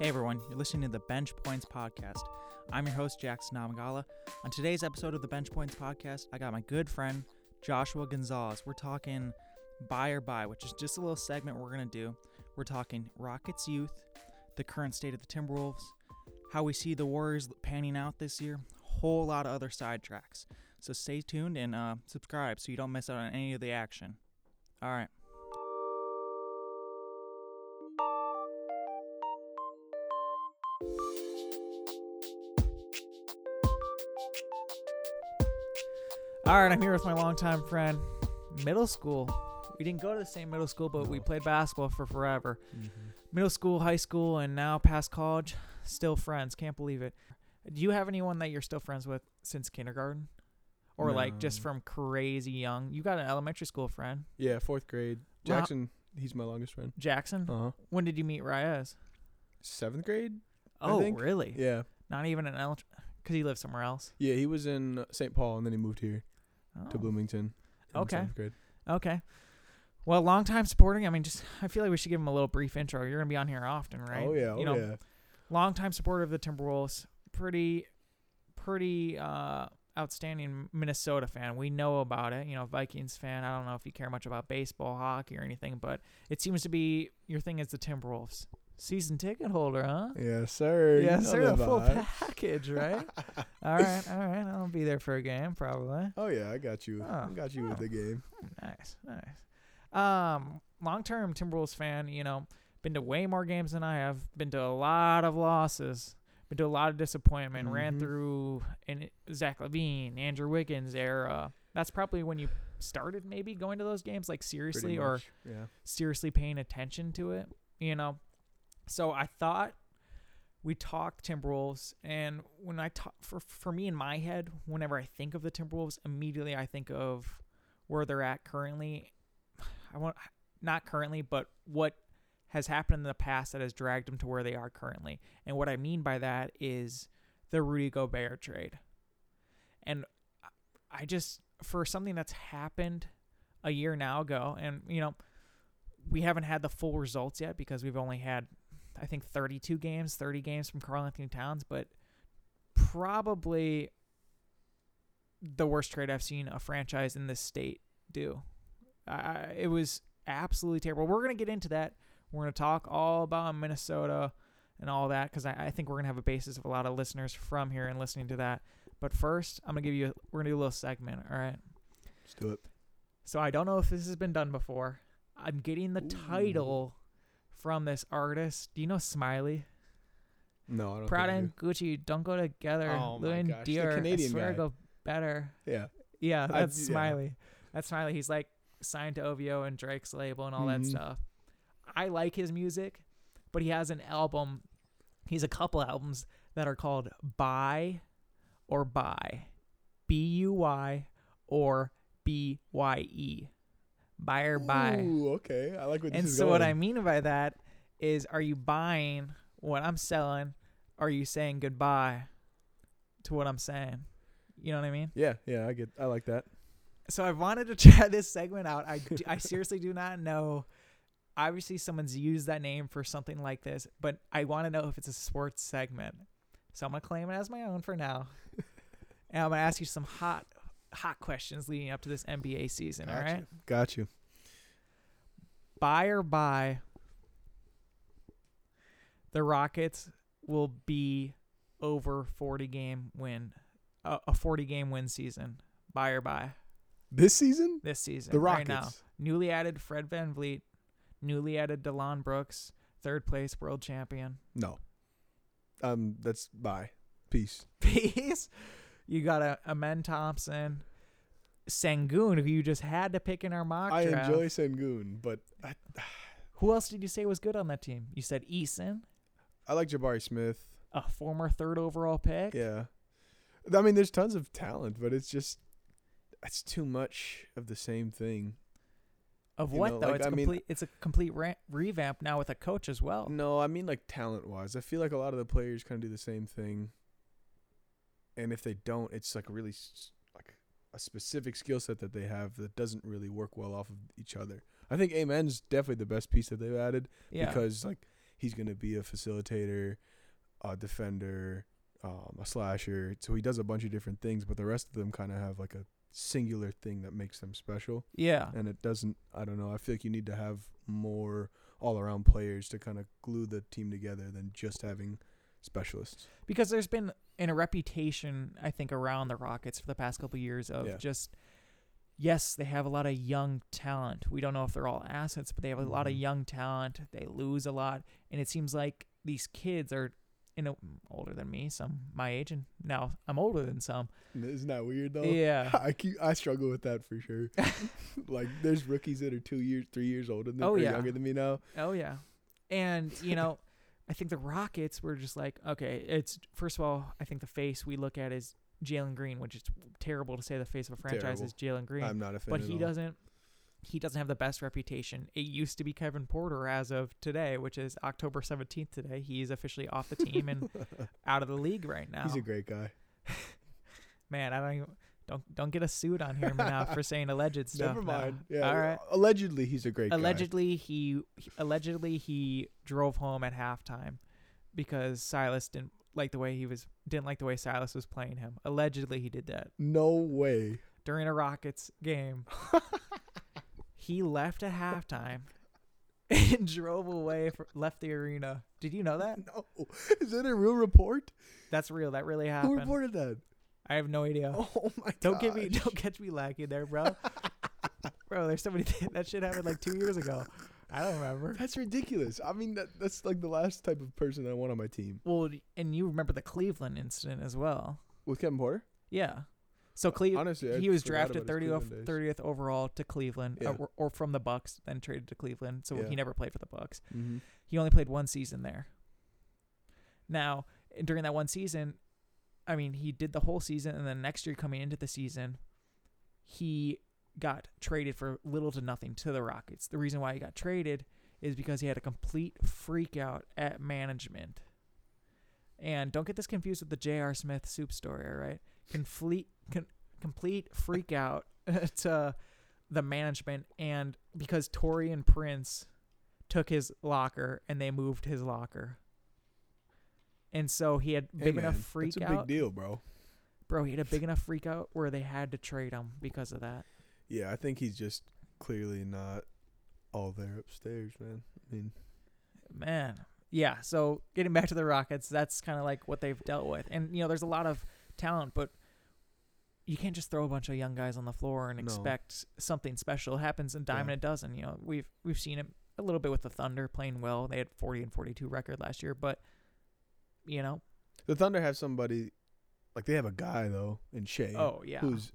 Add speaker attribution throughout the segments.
Speaker 1: Hey everyone, you're listening to the Bench Points Podcast. I'm your host, Jackson Namagala. On today's episode of the Bench Points Podcast, I got my good friend, Joshua Gonzalez. We're talking buy or buy, which is just a little segment we're going to do. We're talking Rockets youth, the current state of the Timberwolves, how we see the Warriors panning out this year, whole lot of other sidetracks. So stay tuned and uh, subscribe so you don't miss out on any of the action. All right. All right, I'm here with my longtime friend, middle school. We didn't go to the same middle school, but we
Speaker 2: No.
Speaker 1: played basketball for forever.
Speaker 2: Mm-hmm.
Speaker 1: Middle school, high school, and now past college, still friends. Can't believe it. Do you have anyone that you're still friends with since kindergarten? Or like just
Speaker 2: No.
Speaker 1: from crazy young? You got an elementary school friend,
Speaker 2: Yeah, fourth grade.
Speaker 1: Well, how- Uh-huh.
Speaker 2: Jackson, he's my longest friend.
Speaker 1: Jackson.
Speaker 2: Uh huh.
Speaker 1: When did you meet Reyes?
Speaker 2: Seventh grade. I
Speaker 1: Oh,
Speaker 2: think-
Speaker 1: really?
Speaker 2: Yeah,
Speaker 1: Not even an elementary, because he lives somewhere else.
Speaker 2: yeah. He was in uh, St. Paul, and then he moved here to
Speaker 1: Oh.
Speaker 2: Bloomington. in
Speaker 1: Okay.
Speaker 2: Seventh grade.
Speaker 1: Okay. Well, long time supporting. I mean, just I feel like we should give him a little brief intro. You're gonna be on here often, right?
Speaker 2: Oh yeah. Oh
Speaker 1: You know,
Speaker 2: yeah.
Speaker 1: long time supporter of the Timberwolves. Pretty, pretty uh, outstanding Minnesota fan. We know about it. You know, Vikings fan. I don't know if you care much about baseball, hockey, or anything, but it seems to be your thing is the Timberwolves. Season ticket holder, huh?
Speaker 2: Yes, sir. You
Speaker 1: Yes,
Speaker 2: know
Speaker 1: sir. The full
Speaker 2: vibe.
Speaker 1: package, right? all right, all right. I'll be there for a game, probably.
Speaker 2: Oh yeah, I got you. I
Speaker 1: Oh,
Speaker 2: got you
Speaker 1: oh.
Speaker 2: with the game.
Speaker 1: Nice, nice. Um, long term Timberwolves fan, you know, been to way more games than I have. Been to a lot of losses. Been to a lot of disappointment. Ran
Speaker 2: Mhm.
Speaker 1: through and Zach Levine, Andrew Wiggins era. That's probably when you started, maybe going to those games like
Speaker 2: pretty
Speaker 1: seriously, or
Speaker 2: much. yeah.
Speaker 1: seriously paying attention to it, you know. So I thought we talked Timberwolves, and when I talk for for me in my head, whenever I think of the Timberwolves, immediately I think of where they're at currently. I want not currently, but what has happened in the past that has dragged them to where they are currently. And what I mean by that is the Rudy Gobert trade. And I- I just for something that's happened a year now ago, and you know, we haven't had the full results yet because we've only had I think 32 games, 30 games from Carl Anthony Towns, but probably the worst trade I've seen a franchise in this state do. I it was absolutely terrible. We're going to get into that. We're going to talk all about Minnesota and all that because I, I think we're going to have a basis of a lot of listeners from here and listening to that. But first, I'm going to give you, we're going to do a little segment. All right.
Speaker 2: Let's do it.
Speaker 1: So I don't know if this has been done before. I'm getting the
Speaker 2: Ooh.
Speaker 1: title from this artist. Do you know Smiley?
Speaker 2: No, I don't.
Speaker 1: Proud
Speaker 2: think I
Speaker 1: and Gucci don't go together.
Speaker 2: Oh my
Speaker 1: Louis
Speaker 2: gosh, the
Speaker 1: Dior, I
Speaker 2: Canadian
Speaker 1: swear
Speaker 2: guy.
Speaker 1: go better.
Speaker 2: do. Yeah.
Speaker 1: Yeah,
Speaker 2: I
Speaker 1: that's
Speaker 2: d- yeah.
Speaker 1: Smiley. That's Smiley. He's like signed to OVO and Drake's label and all that
Speaker 2: Mhm.
Speaker 1: stuff. I like his music, but he has an album. He's a couple albums that are called Buy or Buy. B U Y or B Y E. Buy or buy.
Speaker 2: Ooh, okay. I like what
Speaker 1: And
Speaker 2: this is
Speaker 1: so what I
Speaker 2: going.
Speaker 1: mean by that is are you buying what I'm selling? Are you saying goodbye to what I'm saying? You know what I mean?
Speaker 2: Yeah, yeah. I get. I like that.
Speaker 1: so I wanted to try this segment out. I, d- I seriously do not know. Obviously, someone's used that name for something like this, but I want to know if it's a sports segment. So I'm gonna claim it as my own for now, and I'm gonna ask you some hot, hot questions leading up to this NBA season. All
Speaker 2: Gotcha.
Speaker 1: right,
Speaker 2: Got you.
Speaker 1: buy or buy. The Rockets will be over 40 game win, uh, a 40 game win season. Buy or buy
Speaker 2: This season,
Speaker 1: this season.
Speaker 2: the
Speaker 1: right
Speaker 2: Rockets.
Speaker 1: now. Newly added Fred Van Vliet. Newly added DeLon Brooks. Third place world champion.
Speaker 2: No. Um. That's bye. Peace.
Speaker 1: Peace. You got a Amen Thompson. Sangoon, who you just had to pick in our mock
Speaker 2: I
Speaker 1: draft.
Speaker 2: enjoy Sengun, but I,
Speaker 1: Who else did you say was good on that team? You said Eason,
Speaker 2: I like Jabari Smith.
Speaker 1: a former third overall pick.
Speaker 2: Yeah. I mean, there's tons of talent, but it's just it's too much of the same thing.
Speaker 1: Of
Speaker 2: You
Speaker 1: what
Speaker 2: know,
Speaker 1: though?
Speaker 2: like,
Speaker 1: it's
Speaker 2: I mean- Mm,
Speaker 1: complete. it's a complete ra- revamp now with a coach as well.
Speaker 2: No, I mean like talent wise. I feel like a lot of the players kind of do the same thing, and if they don't, it's like really s- like a specific skill set that they have that doesn't really work well off of each other. I think Amen's definitely the best piece that they've added
Speaker 1: yeah.
Speaker 2: because like he's going to be a facilitator, a defender, um, a slasher. So he does a bunch of different things, but the rest of them kind of have like a singular thing that makes them special.
Speaker 1: Yeah.
Speaker 2: And it doesn't, I don't know, I feel like you need to have more all around players to kind of glue the team together than just having specialists.
Speaker 1: because there's been in a reputation I think around the Rockets for the past couple years of
Speaker 2: Yeah.
Speaker 1: just yes, they have a lot of young talent. We don't know if they're all assets, but they have a lot of
Speaker 2: Mhm.
Speaker 1: young talent. They lose a lot, and it seems like these kids are you know older than me, some my age, and now I'm older than some.
Speaker 2: Isn't that weird though?
Speaker 1: Yeah.
Speaker 2: I keep I struggle with that for sure. like there's rookies that are two years, three years older than
Speaker 1: Oh,
Speaker 2: or
Speaker 1: yeah.
Speaker 2: younger than me now.
Speaker 1: Oh yeah, and you know, I think the Rockets were just like, okay, it's first of all, I think the face we look at is Jalen Green, which is terrible to say the face of a franchise is Jalen Green,
Speaker 2: I'm not a fan.
Speaker 1: but
Speaker 2: at
Speaker 1: he
Speaker 2: all.
Speaker 1: doesn't. He doesn't have the best reputation. It used to be Kevin Porter as of today, which is October 17th today. He is officially off the team and out of the league right now.
Speaker 2: He's a great guy.
Speaker 1: Man, I don't even, don't don't get a suit on here now for saying alleged stuff.
Speaker 2: Never
Speaker 1: now.
Speaker 2: mind. Yeah.
Speaker 1: All right.
Speaker 2: Allegedly, he's a great guy.
Speaker 1: Allegedly, he, he allegedly he drove home at halftime because Silas didn't like the way he was didn't like the way Silas was playing him. Allegedly, he did that
Speaker 2: No way.
Speaker 1: during a Rockets game. he left at halftime and drove away, fr left the arena. Did you know that?
Speaker 2: No. Is that a real report?
Speaker 1: That's real. That really
Speaker 2: Who
Speaker 1: happened.
Speaker 2: reported that?
Speaker 1: I have no idea.
Speaker 2: Oh my
Speaker 1: don't get me,
Speaker 2: gosh.
Speaker 1: don't catch me lacking there, bro. bro, there's so many thi- that shit happened like two years ago. I don't remember.
Speaker 2: That's ridiculous. I mean, that, that's like the last type of person I want on my team.
Speaker 1: Well, and you remember the Cleveland incident as well.
Speaker 2: With Kevin Porter?
Speaker 1: Yeah. So Cleveland,
Speaker 2: Honestly, I
Speaker 1: he was
Speaker 2: forgot
Speaker 1: drafted
Speaker 2: about
Speaker 1: 30th,
Speaker 2: his Cleveland days.
Speaker 1: 30th overall to Cleveland,
Speaker 2: Yeah.
Speaker 1: uh, or, or from the Bucks, then traded to Cleveland. So
Speaker 2: Yeah.
Speaker 1: he never played for the Bucks.
Speaker 2: Mhm.
Speaker 1: He only played one season there. Now, during that one season, I mean, he did the whole season, and then next year coming into the season, he got traded for little to nothing to the Rockets. The reason why he got traded is because he had a complete freak out at management. And don't get this confused with the J.R. Smith soup story, all right? Complete, con- complete freak out to the management, and because Tori and Prince took his locker and they moved his locker. And so he had
Speaker 2: Hey,
Speaker 1: big
Speaker 2: man,
Speaker 1: enough freak
Speaker 2: That's a
Speaker 1: out.
Speaker 2: big deal, bro.
Speaker 1: Bro, he had a big enough freak out where they had to trade him because of that.
Speaker 2: Yeah, I think he's just clearly not all there upstairs, man. I mean,
Speaker 1: Man. Yeah, so getting back to the Rockets, that's kind of like what they've dealt with. And, you know, there's a lot of talent, but you can't just throw a bunch of young guys on the floor and
Speaker 2: No.
Speaker 1: expect something special. It happens in Diamond
Speaker 2: Yeah.
Speaker 1: a Dozen. You know, we've we've seen it a little bit with the Thunder playing well. They had 40 and 42 record last year, but, you know,
Speaker 2: the Thunder have somebody like they have a guy though in Shea,
Speaker 1: oh, yeah.
Speaker 2: who's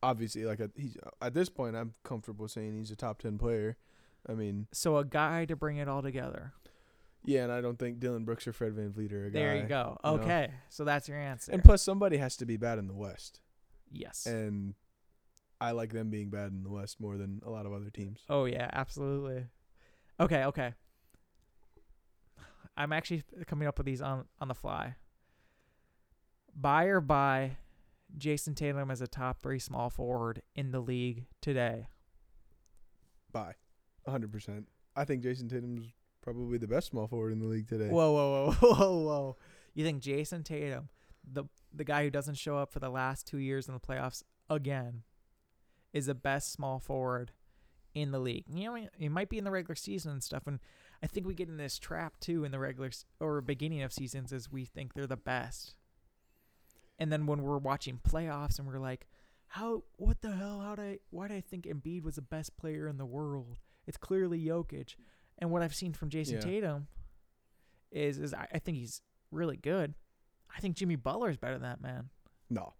Speaker 2: obviously like a, he's at this point. I'm comfortable saying he's a top ten player. I mean,
Speaker 1: So a guy to bring it all together.
Speaker 2: yeah, and I don't think Dylan Brooks or Fred Van Vliet are a guy.
Speaker 1: There you go.
Speaker 2: you know.
Speaker 1: Okay, so that's your answer.
Speaker 2: And plus, somebody has to be bad in the West,
Speaker 1: yes.
Speaker 2: and I like them being bad in the West more than a lot of other teams.
Speaker 1: Oh yeah, absolutely. Okay, okay. I'm actually coming up with these on on the fly. Buy or buy Jason Tatum as a top three small forward in the league today.
Speaker 2: Bye, hundred percent. I think Jason Tatum's probably the best small forward in the league today.
Speaker 1: Whoa, whoa, whoa, whoa, whoa. You think Jason Tatum, the the guy who doesn't show up for the last two years in the playoffs again, is the best small forward in the league? You know, it might be in the regular season and stuff, and I think we get in this trap too in the regular s- or beginning of seasons as we think they're the best, and then when we're watching playoffs and we're like, how? What the hell? How did I? Why did I think Embiid was the best player in the world? It's clearly Jokic, and what I've seen from Jason
Speaker 2: Yeah.
Speaker 1: Tatum is is I, I think he's really good. I think Jimmy Butler is better than that man.
Speaker 2: No.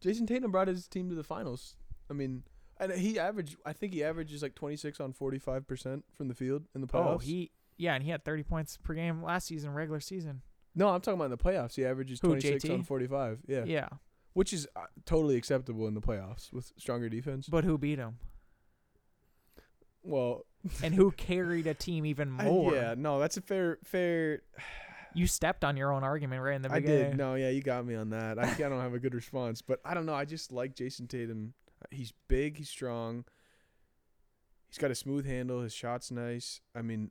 Speaker 2: Jason Tatum brought his team to the finals. I mean, and he averaged. I think he averages like twenty six on forty five percent from the field in the playoffs.
Speaker 1: Oh, he yeah, and he had 30 points per game last season, regular season.
Speaker 2: no, I'm talking about in the playoffs. He averages
Speaker 1: Who,
Speaker 2: twenty six
Speaker 1: JT?
Speaker 2: on forty five. Yeah.
Speaker 1: Yeah.
Speaker 2: which is uh, totally acceptable in the playoffs with stronger defense.
Speaker 1: But who beat him?
Speaker 2: Well,
Speaker 1: And who carried a team even
Speaker 2: I-
Speaker 1: more?
Speaker 2: yeah, no, that's a fair, fair.
Speaker 1: You stepped on your own argument right in the
Speaker 2: I
Speaker 1: beginning.
Speaker 2: did. No, yeah, you got me on that. I, I don't have a good response, but I don't know. I just like Jason Tatum. Uh, He's big. He's strong. He's got a smooth handle. His shot's nice. I mean,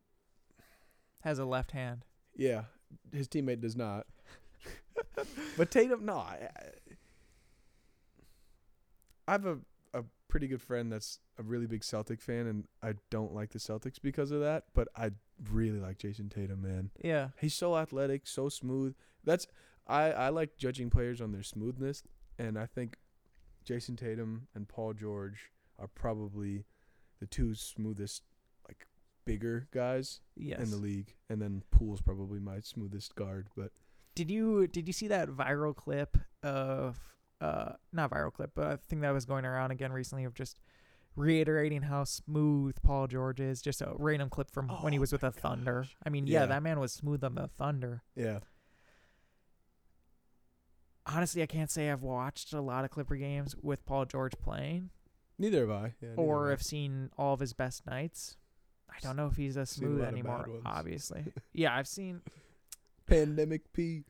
Speaker 1: has a left hand.
Speaker 2: Yeah, his teammate does not. but Tatum, no. I, I have a, a pretty good friend that's a really big Celtic fan, and I don't like the Celtics because of that. But I really like Jason Tatum, man.
Speaker 1: Yeah.
Speaker 2: He's so athletic, so smooth. That's I, I like judging players on their smoothness, and I think Jason Tatum and Paul George are probably the two smoothest, like bigger guys
Speaker 1: Yes.
Speaker 2: in the league. And then Poole's probably my smoothest guard, but
Speaker 1: Did you did you see that viral clip of uh not viral clip, but a thing that was going around again recently of just reiterating how smooth Paul George is, just a random clip from when he
Speaker 2: Oh
Speaker 1: was with
Speaker 2: my
Speaker 1: the Thunder.
Speaker 2: gosh.
Speaker 1: I mean, yeah,
Speaker 2: Yeah.
Speaker 1: that man was smooth on the Thunder.
Speaker 2: yeah,
Speaker 1: Honestly, I can't say I've watched a lot of Clipper games with Paul George playing
Speaker 2: neither have I. Yeah, neither
Speaker 1: or
Speaker 2: have
Speaker 1: have seen all of his best nights. I don't know if he's as
Speaker 2: Seen a
Speaker 1: smooth
Speaker 2: lot of bad
Speaker 1: anymore,
Speaker 2: ones.
Speaker 1: obviously. Yeah, I've seen
Speaker 2: I. pandemic P.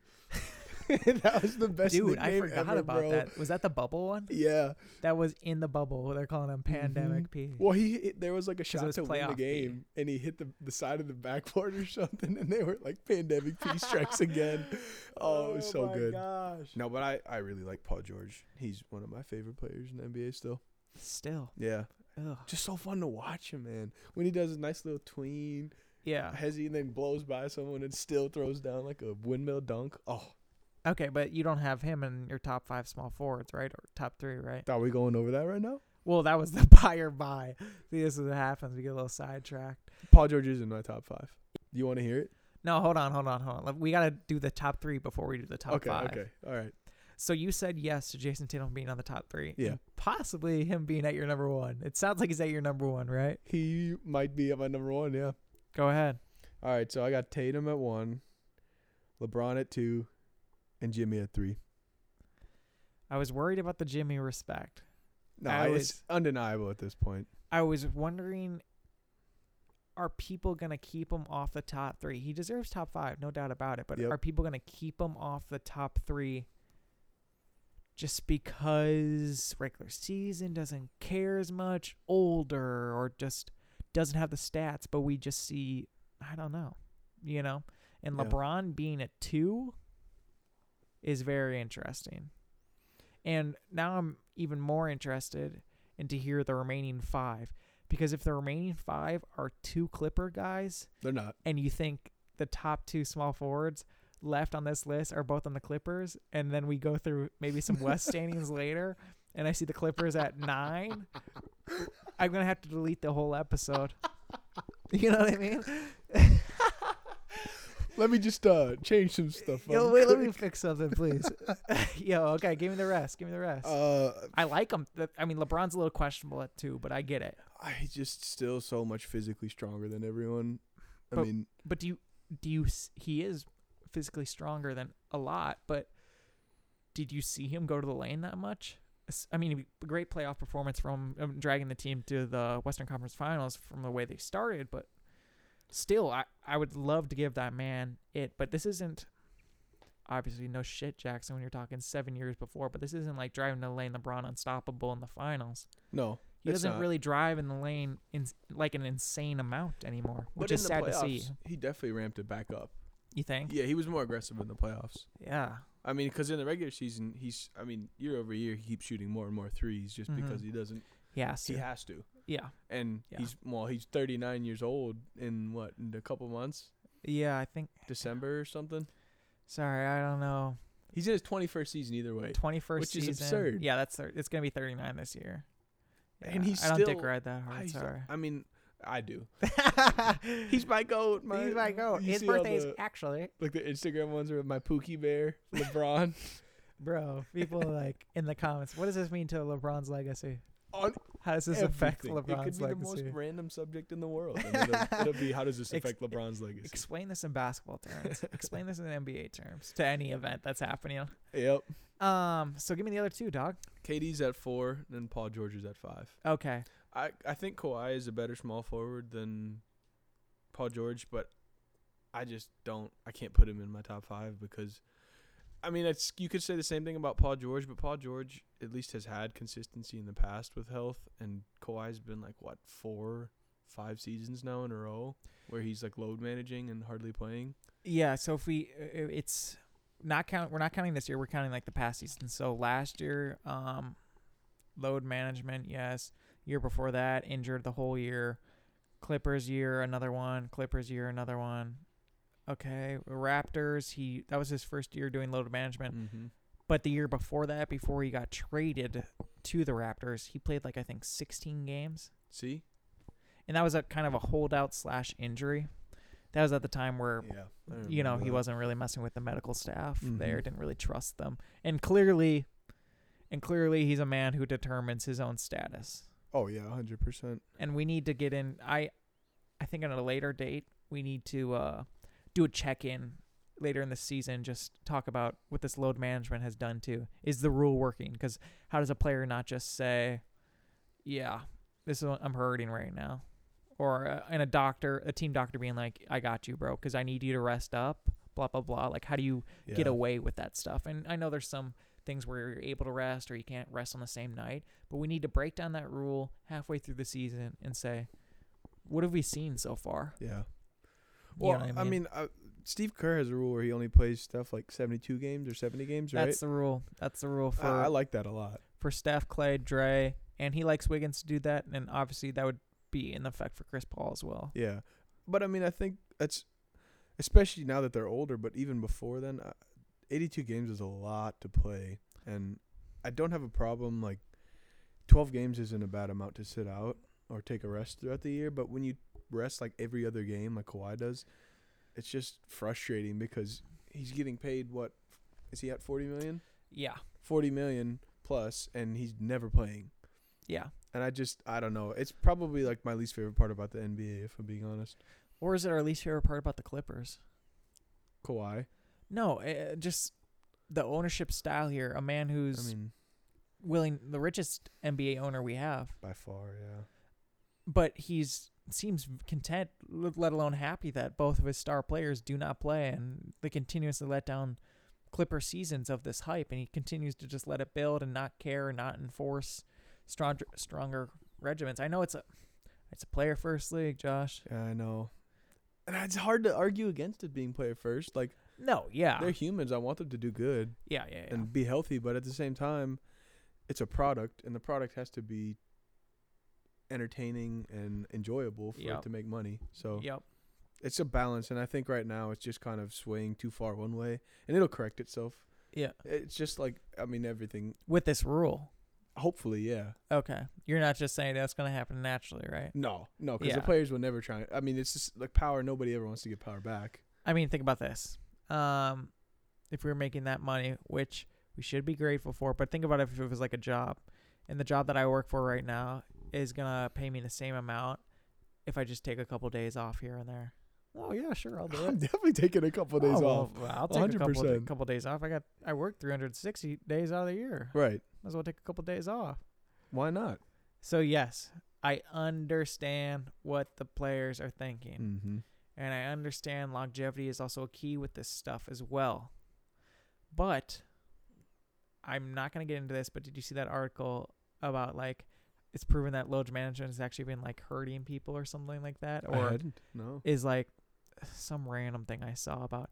Speaker 2: that was the best
Speaker 1: Dude, I
Speaker 2: nickname
Speaker 1: forgot
Speaker 2: ever,
Speaker 1: about
Speaker 2: bro.
Speaker 1: that. Was that the bubble one?
Speaker 2: Yeah.
Speaker 1: That was in the bubble. They're calling him
Speaker 2: Mm-hmm.
Speaker 1: Pandemic P.
Speaker 2: Well, he hit, there was like a shot
Speaker 1: was
Speaker 2: to win the
Speaker 1: playoff P.
Speaker 2: game, and he hit the, the side of the backboard or something, and they were like pandemic P strikes again. Oh, it was so good.
Speaker 1: Gosh.
Speaker 2: No, but I, I really like Paul George. He's one of my favorite players in the NBA still.
Speaker 1: Still.
Speaker 2: Yeah.
Speaker 1: Ugh.
Speaker 2: Just so fun to watch him, man. When he does a nice little tween,
Speaker 1: Yeah.
Speaker 2: hezzy, and then blows by someone and still throws down like a windmill dunk. Oh,
Speaker 1: Okay, but you don't have him in your top five small forwards, right? Or top three, right?
Speaker 2: are we going over that right now?
Speaker 1: Well, that was the buy or buy. See, this is what happens. We get a little sidetracked.
Speaker 2: Paul George is in my top five. You want to hear it?
Speaker 1: No, hold on, hold on, hold on. Let- We got to do the top three before we do the top
Speaker 2: okay,
Speaker 1: five.
Speaker 2: okay. All right.
Speaker 1: So you said yes to Jason Tatum being on the top three.
Speaker 2: Yeah.
Speaker 1: and Possibly him being at your number one. It sounds like he's at your number one, right?
Speaker 2: He might be at my number one, yeah.
Speaker 1: Go ahead.
Speaker 2: All right, so I got Tatum at one, LeBron at two, and Jimmy at three.
Speaker 1: I was worried about the Jimmy respect.
Speaker 2: No,
Speaker 1: I
Speaker 2: it's undeniable at this point.
Speaker 1: I was wondering are people going to keep him off the top 3? He deserves top 5, no doubt about it, but
Speaker 2: Yep.
Speaker 1: are people going to keep him off the top 3 just because regular season doesn't care as much, older or just doesn't have the stats, but we just see I don't know, you know. And
Speaker 2: Yeah.
Speaker 1: LeBron being at 2 is very interesting. And now I'm even more interested and to hear the remaining five. Because if the remaining five are two Clipper guys,
Speaker 2: They're not.
Speaker 1: and you think the top two small forwards left on this list are both on the Clippers, and then we go through maybe some West standings later, and I see the Clippers at nine, I'm going to have to delete the whole episode. You know what I mean?
Speaker 2: Let me just uh change some stuff.
Speaker 1: Yo,
Speaker 2: up
Speaker 1: wait, let me
Speaker 2: quick.
Speaker 1: fix something, please. Yo, okay, give me the rest. Give me the rest.
Speaker 2: Uh,
Speaker 1: I like him. I mean, LeBron's a little questionable at two, but I get it.
Speaker 2: I he's just still so much physically stronger than everyone. I
Speaker 1: But-
Speaker 2: mean,
Speaker 1: But do you do you s- he is physically stronger than a lot, but did you see him go to the lane that much? S- I mean, a great playoff performance from um, dragging the team to the Western Conference Finals from the way they started, but still, I I would love to give that man it, but this isn't obviously no shit, Jackson. When you're talking seven years before, but this isn't like driving the lane LeBron unstoppable in the finals.
Speaker 2: no,
Speaker 1: He
Speaker 2: it's
Speaker 1: doesn't
Speaker 2: not.
Speaker 1: really drive in the lane in like an insane amount anymore, which
Speaker 2: But
Speaker 1: is
Speaker 2: in the
Speaker 1: sad to see.
Speaker 2: playoffs, He definitely ramped it back up.
Speaker 1: You think?
Speaker 2: Yeah, he was more aggressive in the playoffs.
Speaker 1: Yeah.
Speaker 2: I mean, because in the regular season, he's I mean, year over year, he keeps shooting more and more threes just
Speaker 1: Mhm.
Speaker 2: because he doesn't.
Speaker 1: He has to.
Speaker 2: He has to.
Speaker 1: yeah.
Speaker 2: and
Speaker 1: Yeah.
Speaker 2: he's well, he's 39 years old in what in a couple months,
Speaker 1: Yeah, I think.
Speaker 2: December or something.
Speaker 1: Sorry, I don't know.
Speaker 2: He's in his 21st season either way,
Speaker 1: 21st
Speaker 2: Which is
Speaker 1: season.
Speaker 2: absurd.
Speaker 1: Yeah, that's thir- it's gonna be 39 this year. Yeah,
Speaker 2: And he's
Speaker 1: I don't dick
Speaker 2: still-
Speaker 1: ride that hard.
Speaker 2: I, used to-
Speaker 1: sorry.
Speaker 2: I mean, I do. He's my goat. My,
Speaker 1: he's my goat.
Speaker 2: you
Speaker 1: His
Speaker 2: see all
Speaker 1: birthday's
Speaker 2: the-
Speaker 1: actually,
Speaker 2: like the Instagram ones with my Pookie Bear, LeBron.
Speaker 1: bro. People like in the comments. What does this mean to LeBron's legacy?
Speaker 2: On
Speaker 1: How does this affect
Speaker 2: everything.
Speaker 1: LeBron's
Speaker 2: it could be the
Speaker 1: legacy?
Speaker 2: most random subject in the world. and it'll, it'll be how does this
Speaker 1: Ex-
Speaker 2: affect LeBron's legacy?
Speaker 1: Explain this in basketball terms. Explain this in NBA terms to any event that's happening.
Speaker 2: Yep.
Speaker 1: Um, so give me the other two, dog.
Speaker 2: KD's at four, and Paul George is at five.
Speaker 1: Okay.
Speaker 2: I I think Kawhi is a better small forward than Paul George, but I just don't. I can't put him in my top five because, I mean, it's you could say the same thing about Paul George, but Paul George at least has had consistency in the past with health, and Kawhi's been like what four, five seasons now in a row where he's like load managing and hardly playing.
Speaker 1: Yeah, so if we i- i- it's not count we're not counting this year, we're counting like the past season. So last year um load management, yes. Year before that, injured the whole year. Clippers year, another one. Clippers year, another one. Okay, Raptors, he that was his first year doing load management.
Speaker 2: Mm-hmm.
Speaker 1: But the year before that, before he got traded to the Raptors, he played like I think 16 games
Speaker 2: See?
Speaker 1: and that was a kind of a holdout slash injury. That was at the time where
Speaker 2: Yeah.
Speaker 1: you know
Speaker 2: Mm-hmm.
Speaker 1: he wasn't really messing with the medical staff there, didn't really trust them, and clearly, and clearly he's a man who determines his own status.
Speaker 2: Oh yeah, hundred percent.
Speaker 1: And we need to get in. I, I think on a later date we need to uh, do a check in later in the season. Just talk about what this load management has done to is the rule working? Because how does a player not just say, yeah, this is what I'm hurting right now. Or uh, and a doctor, a team doctor being like, "I got you, bro, because I need you to rest up." Blah blah blah. Like, how do you
Speaker 2: Yeah.
Speaker 1: get away with that stuff. And I know there's some things where you're able to rest or you can't rest on the same night, but we need to break down that rule halfway through the season and say, what have we seen so far?
Speaker 2: Yeah.
Speaker 1: You
Speaker 2: Well,
Speaker 1: know what
Speaker 2: I mean, uh, Steve Kerr has a rule where he only plays stuff like seventy-two games or seventy games, right?
Speaker 1: that's the rule. That's the rule for
Speaker 2: I, I like that a lot.
Speaker 1: for Steph, Clay, Dre, and he likes Wiggins to do that, and obviously that would be in effect for Chris Paul as well.
Speaker 2: Yeah, but I mean, I think that's especially now that they're older. But even before then, uh, eighty-two games is a lot to play, and I don't have a problem like twelve games isn't a bad amount to sit out or take a rest throughout the year. But when you rest like every other game, like Kawhi does, it's just frustrating because he's getting paid. What is he at? Forty million.
Speaker 1: Yeah,
Speaker 2: Forty million plus, and he's never playing.
Speaker 1: yeah.
Speaker 2: And I just, I don't know. It's probably like my least favorite part about the NBA, if I'm being honest.
Speaker 1: Or is it our least favorite part about the Clippers?
Speaker 2: Kawhi.
Speaker 1: No, uh, just the ownership style here. A man
Speaker 2: I
Speaker 1: who's
Speaker 2: mean,
Speaker 1: willing, the richest NBA owner we have,
Speaker 2: by far, yeah.
Speaker 1: but he's seems content, l- let alone happy that both of his star players do not play, and they continuously let down Clipper seasons of this hype, and he continues to just let it build and not care and not enforce stronger stronger regiments. I know it's a it's a player first league, Josh.
Speaker 2: Yeah, I know. And it's hard to argue against it being player first. Like
Speaker 1: No, yeah,
Speaker 2: they're humans. I want them to do good
Speaker 1: yeah, Ah. yeah, yeah.
Speaker 2: and be healthy, but at the same time, it's a product, and the product has to be entertaining and enjoyable for
Speaker 1: Yep.
Speaker 2: it to make money. So
Speaker 1: Yep.
Speaker 2: it's a balance, and I think right now it's just kind of swaying too far one way, and it'll correct itself.
Speaker 1: Yeah.
Speaker 2: It's just like I mean everything.
Speaker 1: With this rule.
Speaker 2: Hopefully, yeah.
Speaker 1: Okay. You're not just saying that's going to happen naturally, right?
Speaker 2: No, no, because
Speaker 1: Yeah.
Speaker 2: the players will never try. I mean, it's just like power. Nobody ever wants to get power back.
Speaker 1: I mean, think about this. Um, if we were making that money, which we should be grateful for, but think about if it was like a job, and the job that I work for right now is gonna pay me the same amount if I just take a couple days off here and there. Oh yeah, sure, I'll do
Speaker 2: I'm
Speaker 1: it.
Speaker 2: definitely taking a couple days
Speaker 1: Oh, well,
Speaker 2: off.
Speaker 1: I'll take a couple, da-
Speaker 2: 100%.
Speaker 1: couple days off. I got I work 360 days out of the year.
Speaker 2: Right.
Speaker 1: Might as well take a couple days off.
Speaker 2: Why not?
Speaker 1: So yes, I understand what the players are thinking.
Speaker 2: Mm-hmm.
Speaker 1: And I understand longevity is also a key with this stuff as well. But I'm not going to get into this, but did you see that article about like it's proven that load management has actually been like hurting people or something like that
Speaker 2: Or
Speaker 1: or
Speaker 2: no.
Speaker 1: is like some random thing I saw about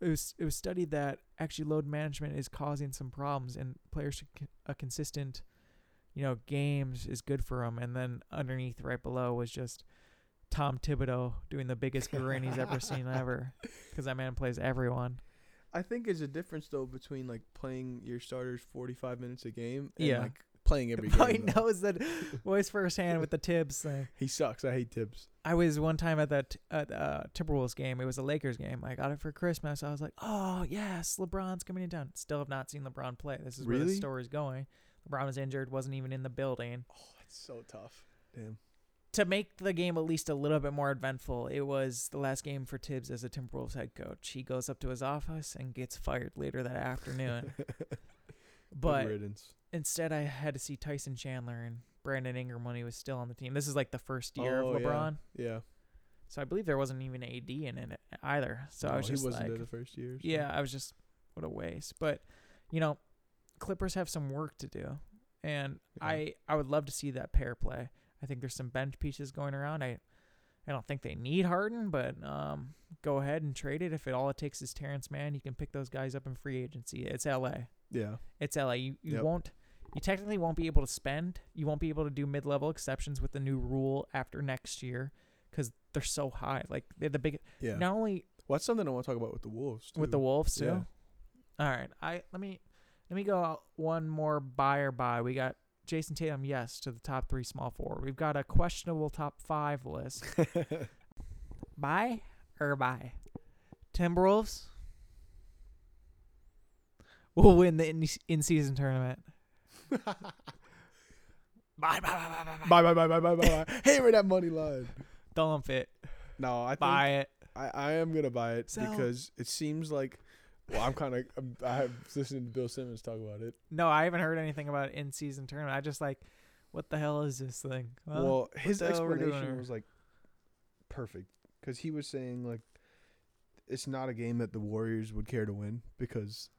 Speaker 1: it was it was studied that actually load management is causing some problems and players should con- a consistent you know games is good for them and then underneath right below was just Tom Thibodeau doing the biggest grin he's ever seen ever because that man plays everyone.
Speaker 2: I think there's a difference though between like playing your starters 45 minutes a game and
Speaker 1: Yeah.
Speaker 2: like playing every
Speaker 1: Probably
Speaker 2: game. though.
Speaker 1: knows that voice firsthand with the Tibbs thing.
Speaker 2: He sucks. I hate Tibbs.
Speaker 1: I was one time at that at, uh, Timberwolves game. It was a Lakers game. I got it for Christmas. I was like, "Oh yes, LeBron's coming in town." Still have not seen LeBron play. This is where the
Speaker 2: Really?
Speaker 1: story's going. LeBron was injured. wasn't even in the building.
Speaker 2: Oh, it's so tough. Damn.
Speaker 1: To make the game at least a little bit more eventful, it was the last game for Tibbs as a Timberwolves head coach. He goes up to his office and gets fired later that afternoon. but
Speaker 2: Good riddance.
Speaker 1: instead, I had to see Tyson Chandler and Brandon Ingram when he was still on the team. This is like the first year
Speaker 2: Oh,
Speaker 1: of
Speaker 2: yeah.
Speaker 1: LeBron.
Speaker 2: Yeah.
Speaker 1: So I believe there wasn't even AD in it either. So I
Speaker 2: No,
Speaker 1: was
Speaker 2: Oh, he
Speaker 1: just
Speaker 2: wasn't
Speaker 1: like,
Speaker 2: there the first year. so-
Speaker 1: yeah, I was just what a waste. But you know, Clippers have some work to do, and
Speaker 2: Yeah.
Speaker 1: I I would love to see that pair play. I think there's some bench pieces going around. I I don't think they need Harden, but um, go ahead and trade it. If it all it takes is Terrence Mann, you can pick those guys up in free agency. It's LA.
Speaker 2: Yeah.
Speaker 1: It's LA. You you
Speaker 2: Yep.
Speaker 1: won't you technically won't be able to spend. You won't be able to do mid level exceptions with the new rule after next year because they're so high. Like they're the big.
Speaker 2: Yeah.
Speaker 1: Not only
Speaker 2: Well, that's something I want to talk about with the Wolves.
Speaker 1: with the
Speaker 2: too.
Speaker 1: Wolves too.
Speaker 2: Yeah.
Speaker 1: All right, I let me let me go one more buy or buy. We got Jason Tatum, yes, to the top three small four. We've got a questionable top five list. buy or buy? Timberwolves will win the in, in season tournament. Buy, buy, buy, buy, buy, buy.
Speaker 2: Bye bye bye bye bye bye. bye. Hammer that money line.
Speaker 1: Dump it.
Speaker 2: No, I think
Speaker 1: Buy it.
Speaker 2: I, I am gonna buy it
Speaker 1: Sell.
Speaker 2: because it seems like. Well, I'm kind of I have listened to Bill Simmons talk about it.
Speaker 1: No, I haven't heard anything about in season tournament. I just like, what the hell is this thing? Huh?
Speaker 2: well, his
Speaker 1: the hell we're doing
Speaker 2: explanation
Speaker 1: here?
Speaker 2: was like perfect because he was saying like it's not a game that the Warriors would care to win because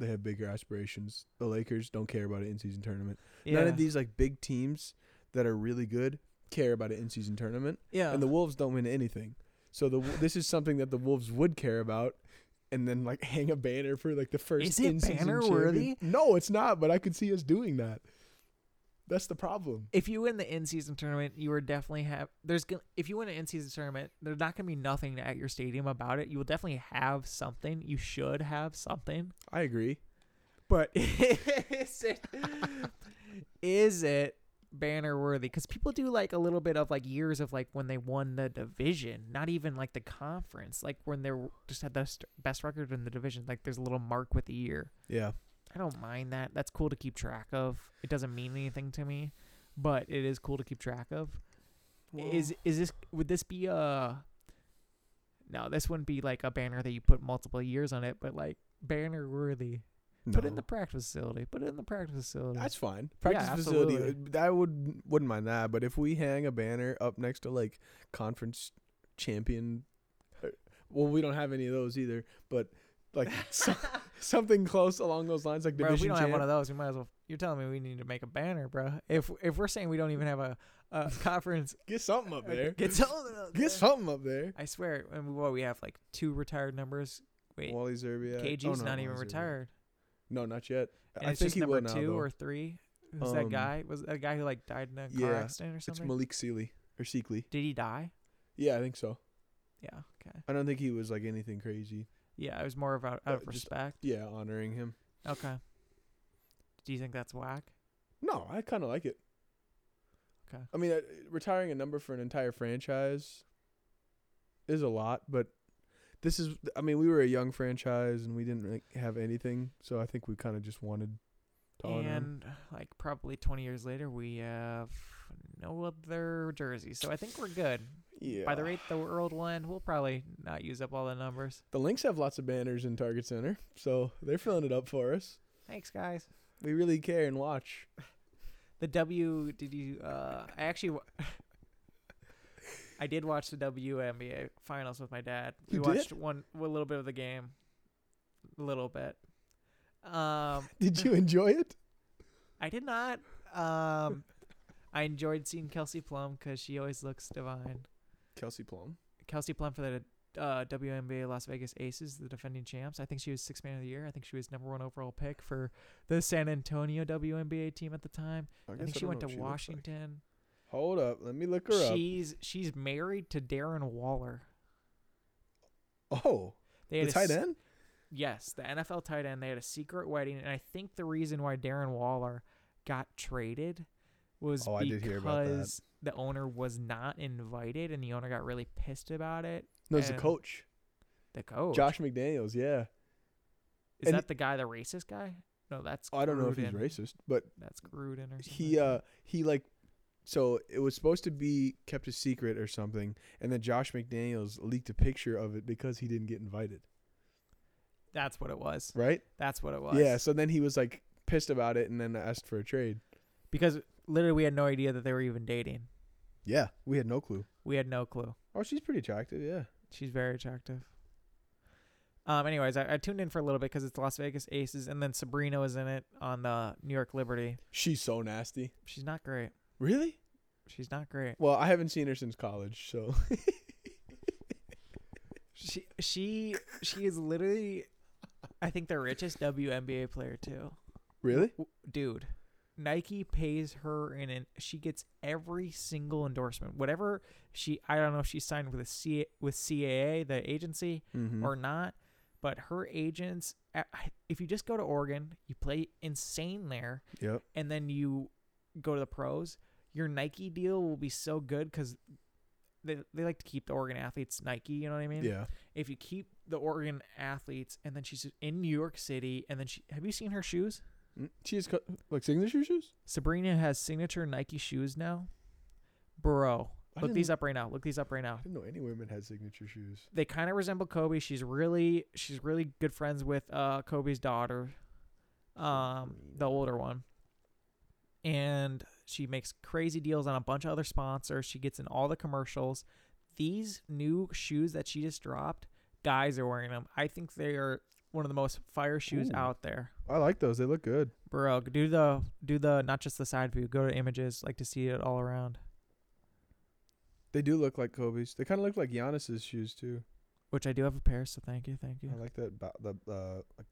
Speaker 2: they have bigger aspirations. The Lakers don't care about an in-season tournament. None
Speaker 1: Yeah.
Speaker 2: of these like big teams that are really good care about an in-season tournament,
Speaker 1: yeah.
Speaker 2: and the Wolves don't win anything. So the this is something that the Wolves would care about. And then like hang a banner for like the first.
Speaker 1: Is it
Speaker 2: in-season
Speaker 1: banner
Speaker 2: champion.
Speaker 1: worthy?
Speaker 2: No, it's not. But I could see us doing that. That's the problem.
Speaker 1: if you win the in season tournament, you are definitely have there's gonna if you win an in season tournament, there's not gonna be nothing at your stadium about it. You will definitely have something. You should have something.
Speaker 2: I agree.
Speaker 1: But is it is it banner worthy? Because people do like a little bit of like years of like when they won the division, not even like the conference, like when they are just had the best- best record in the division. Like there's a little mark with the year.
Speaker 2: Yeah.
Speaker 1: I don't mind that. That's cool to keep track of. It doesn't mean anything to me, but it is cool to keep track of. Is is this would this be a No, this wouldn't be like a banner that you put multiple years on it, but like banner worthy. Put it in the practice facility. Put it in the practice facility.
Speaker 2: That's fine.
Speaker 1: Yeah,
Speaker 2: Practice facility.
Speaker 1: absolutely.
Speaker 2: uh, That would wouldn't mind that. But if we hang a banner up next to like conference champion, uh, well, we don't have any of those either. But like so, something close along those lines, like
Speaker 1: bro, if we
Speaker 2: division
Speaker 1: don't have
Speaker 2: champ.
Speaker 1: one of those, we might as well you're telling me we need to make a banner, bro. If if we're saying we don't even have a, a conference
Speaker 2: Get something up there.
Speaker 1: Get something up there.
Speaker 2: Get something up there.
Speaker 1: I swear, and what we have like two retired numbers. Wait,
Speaker 2: Wally oh, Zerbia.
Speaker 1: KG's not even
Speaker 2: retired.
Speaker 1: retired.
Speaker 2: No, not yet.
Speaker 1: And
Speaker 2: I
Speaker 1: it's
Speaker 2: think
Speaker 1: just
Speaker 2: he
Speaker 1: number
Speaker 2: will now.
Speaker 1: two
Speaker 2: though.
Speaker 1: or three. Who's that
Speaker 2: Um,
Speaker 1: guy? Was that a guy who like died in a car
Speaker 2: yeah,
Speaker 1: accident or
Speaker 2: it's
Speaker 1: something?
Speaker 2: Malik Sealy or Seekley.
Speaker 1: Did he die?
Speaker 2: Yeah, I think so.
Speaker 1: Yeah. Okay.
Speaker 2: I don't think he was like anything crazy.
Speaker 1: Yeah, it was more of out,
Speaker 2: Uh,
Speaker 1: out of
Speaker 2: just-
Speaker 1: respect.
Speaker 2: Yeah, honoring him.
Speaker 1: Okay. Do you think that's whack?
Speaker 2: No, I kind of like it.
Speaker 1: Okay.
Speaker 2: I mean, uh, retiring a number for an entire franchise is a lot, but this is. I mean, we were a young franchise and we didn't really have anything, so I think we kind of just wanted to honor him.
Speaker 1: and like probably 20 years later, we have no other jersey, so I think we're good.
Speaker 2: Yeah.
Speaker 1: By the rate the world will end, we'll probably not use up all the numbers.
Speaker 2: the Lynx have lots of banners in Target Center, so they're filling it up for us.
Speaker 1: Thanks, guys.
Speaker 2: We really care and watch.
Speaker 1: The W. Did you? Uh, I actually. wa- I did watch the WNBA finals with my dad. We
Speaker 2: You did?
Speaker 1: watched one a little bit of the game, a little bit. Um,
Speaker 2: Did you enjoy it?
Speaker 1: I did not. Um, I enjoyed seeing Kelsey Plum because she always looks divine.
Speaker 2: Kelsey Plum.
Speaker 1: Kelsey Plum for the uh, WNBA Las Vegas Aces, the defending champs. I think she was sixth man of the year. I think she was number one overall pick for the San Antonio WNBA team at the time. I, think she went to Washington.
Speaker 2: Hold up, let me look her
Speaker 1: She's she's married to Darren Waller.
Speaker 2: up. Oh,
Speaker 1: They
Speaker 2: the
Speaker 1: had a
Speaker 2: tight
Speaker 1: s-
Speaker 2: end.
Speaker 1: Yes, the NFL tight end. They had a secret wedding, and I think the reason why Darren Waller got traded was
Speaker 2: Oh, I did hear about that.
Speaker 1: because the owner was not invited, and the owner got really pissed about it.
Speaker 2: No, it's the
Speaker 1: and
Speaker 2: coach,
Speaker 1: The coach
Speaker 2: Josh McDaniels. Yeah.
Speaker 1: is
Speaker 2: and-
Speaker 1: that the guy, the racist guy? No, that's
Speaker 2: I don't know if he's
Speaker 1: Gruden.
Speaker 2: racist, but
Speaker 1: That's Gruden or something.
Speaker 2: he uh he like so it was supposed to be kept a secret or something, and then Josh McDaniels leaked a picture of it because he didn't get invited,
Speaker 1: that's what it was.
Speaker 2: right?
Speaker 1: That's what it was.
Speaker 2: Yeah, so then he was like pissed about it and then asked for a trade.
Speaker 1: because literally we had no idea that they were even dating.
Speaker 2: Yeah, we had no clue.
Speaker 1: We had no clue.
Speaker 2: Oh, she's pretty attractive, yeah.
Speaker 1: She's very attractive. Um. Anyways, I, I tuned in for a little bit because it's Las Vegas Aces, and then Sabrina was in it on the New York Liberty.
Speaker 2: She's so nasty.
Speaker 1: She's not great.
Speaker 2: Really?
Speaker 1: She's not great.
Speaker 2: Well, I haven't seen her since college, so
Speaker 1: She she she is literally I think the richest WNBA player too.
Speaker 2: really,
Speaker 1: W- Dude, Nike pays her and an, she gets every single endorsement. Whatever she I don't know if she signed with a C, with CAA the agency
Speaker 2: mm-hmm.
Speaker 1: or not, but her agents I- I- if you just go to Oregon, you play insane there
Speaker 2: yep,
Speaker 1: and then you go to the pros, your Nike deal will be so good cuz they, they like to keep the Oregon athletes Nike, you know what I mean?
Speaker 2: yeah.
Speaker 1: if you keep the Oregon athletes and then she's in New York City and then she have you seen her shoes?
Speaker 2: Mm, She has co- like signature shoes.
Speaker 1: Sabrina has signature Nike shoes now. Bro,
Speaker 2: I
Speaker 1: look these up right now. Look these up right now.
Speaker 2: I didn't know any women had signature shoes.
Speaker 1: They kind of resemble Kobe. She's really she's really good friends with uh Kobe's daughter. Um the older one. And she makes crazy deals on a bunch of other sponsors. She gets in all the commercials. These new shoes that she just dropped, guys are wearing them. I think they are one of the most fire shoes
Speaker 2: Ooh.
Speaker 1: out there.
Speaker 2: I like those. They look good.
Speaker 1: Bro, do the do the not just the side view. Go to images, like to see it all around.
Speaker 2: They do look like Kobe's. They kind of look like Giannis's shoes too.
Speaker 1: Which I do have a pair, so thank you, thank you.
Speaker 2: I like that bo- the uh, like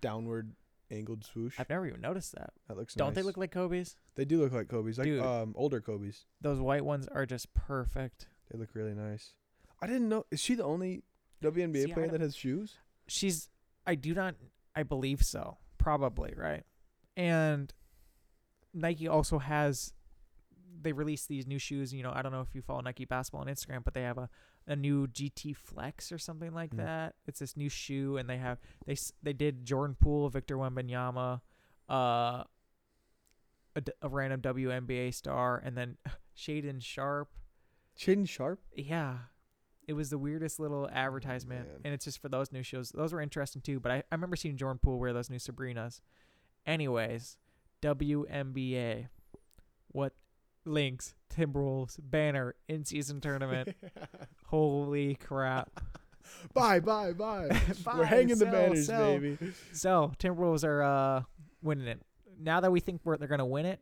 Speaker 2: downward angled swoosh.
Speaker 1: I've never even noticed that.
Speaker 2: that looks.
Speaker 1: Don't
Speaker 2: nice.
Speaker 1: they look like Kobe's?
Speaker 2: They do look like Kobe's, like
Speaker 1: Dude.
Speaker 2: um older Kobe's.
Speaker 1: Those white ones are just perfect.
Speaker 2: They look really nice. I didn't know. Is she the only WNBA
Speaker 1: See, I
Speaker 2: player
Speaker 1: don't-
Speaker 2: that has shoes?
Speaker 1: She's I do not I believe so. Probably, right? And Nike also has they released these new shoes, you know, I don't know if you follow Nike basketball on Instagram, but they have a a new GT Flex or something like
Speaker 2: Mm.
Speaker 1: that. It's this new shoe and they have they s- they did Jordan Poole, Victor Wembanyama, uh a, d- a random WNBA star and then Shaden Sharp
Speaker 2: Chin sharp.
Speaker 1: yeah it was the weirdest little advertisement
Speaker 2: Oh, man.
Speaker 1: and it's just for those new shows those were interesting too but i, I remember seeing jordan poole wear those new sabrinas anyways WNBA. what links timberwolves banner in-season tournament holy crap
Speaker 2: Bye, bye, bye.
Speaker 1: Buy,
Speaker 2: We're hanging
Speaker 1: sell,
Speaker 2: the banners,
Speaker 1: sell.
Speaker 2: baby.
Speaker 1: so timberwolves are uh winning it now that we think we're, they're gonna win it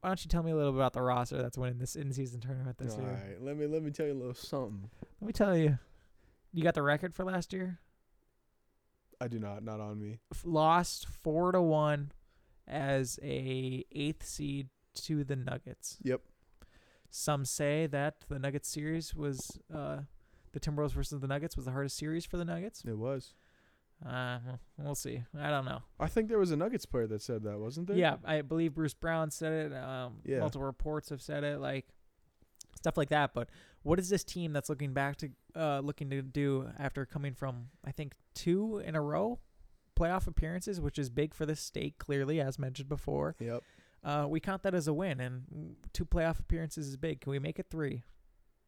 Speaker 1: why don't you tell me a little bit about the roster that's winning this in-season tournament this
Speaker 2: All
Speaker 1: year
Speaker 2: right, let me let me tell you a little something.
Speaker 1: let me tell you you got the record for last year
Speaker 2: I do not, not on me.
Speaker 1: f- lost four to one as a eighth seed to the Nuggets.
Speaker 2: Yep.
Speaker 1: Some say that the Nuggets series was uh, the Timberwolves versus the Nuggets was the hardest series for the Nuggets.
Speaker 2: It was.
Speaker 1: Uh, we'll see. I don't know.
Speaker 2: I think there was a Nuggets player that said that, wasn't there?
Speaker 1: Yeah, I believe Bruce Brown said it. Um,
Speaker 2: Yeah.
Speaker 1: Multiple reports have said it, like stuff like that. But what is this team that's looking back to uh, looking to do after coming from I think two in a row playoff appearances, which is big for this state, clearly as mentioned before.
Speaker 2: Yep.
Speaker 1: Uh, we count that as a win, and mm, two playoff appearances is big. Can we make it three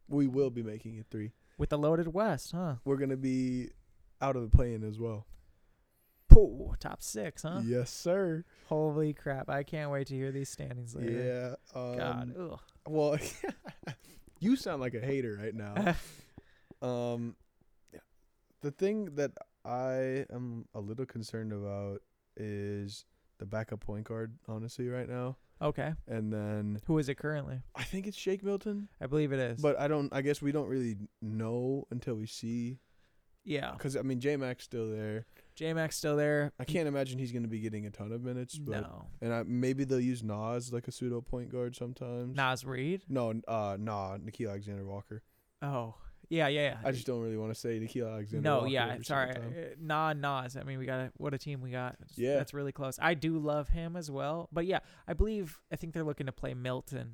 Speaker 2: We will be making it three.
Speaker 1: with the loaded West, huh?
Speaker 2: We're gonna be out of the play-in as well.
Speaker 1: Pooh, top six, huh?
Speaker 2: Yes, sir.
Speaker 1: Holy crap! I can't wait to hear these standings later.
Speaker 2: Yeah. Um,
Speaker 1: God, ugh.
Speaker 2: Well, you sound like a hater right now. um, the thing that I am a little concerned about is the backup point guard, honestly, right now.
Speaker 1: Okay,
Speaker 2: And then
Speaker 1: who is it currently?
Speaker 2: I think it's Shake Milton,
Speaker 1: I believe it is.
Speaker 2: but I don't. I guess we don't really know until we see.
Speaker 1: yeah,
Speaker 2: Because I mean, J Mac's still there.
Speaker 1: J Mac's still there.
Speaker 2: I can't imagine he's going to be getting a ton of minutes. But,
Speaker 1: No.
Speaker 2: And I, maybe they'll use Nas like a pseudo point guard sometimes.
Speaker 1: Nas Reed.
Speaker 2: No, uh, nah, Nikhil Alexander Walker.
Speaker 1: Oh, yeah, yeah. yeah.
Speaker 2: I just don't really want to say Nikhil Alexander.
Speaker 1: no,
Speaker 2: Walker
Speaker 1: yeah.
Speaker 2: every
Speaker 1: Sorry,
Speaker 2: single time.
Speaker 1: Uh, nah, Nas. I mean, we got a, what a team we got. It's-
Speaker 2: Yeah.
Speaker 1: that's really close. I do love him as well, but yeah, I believe I think they're looking to play Milton.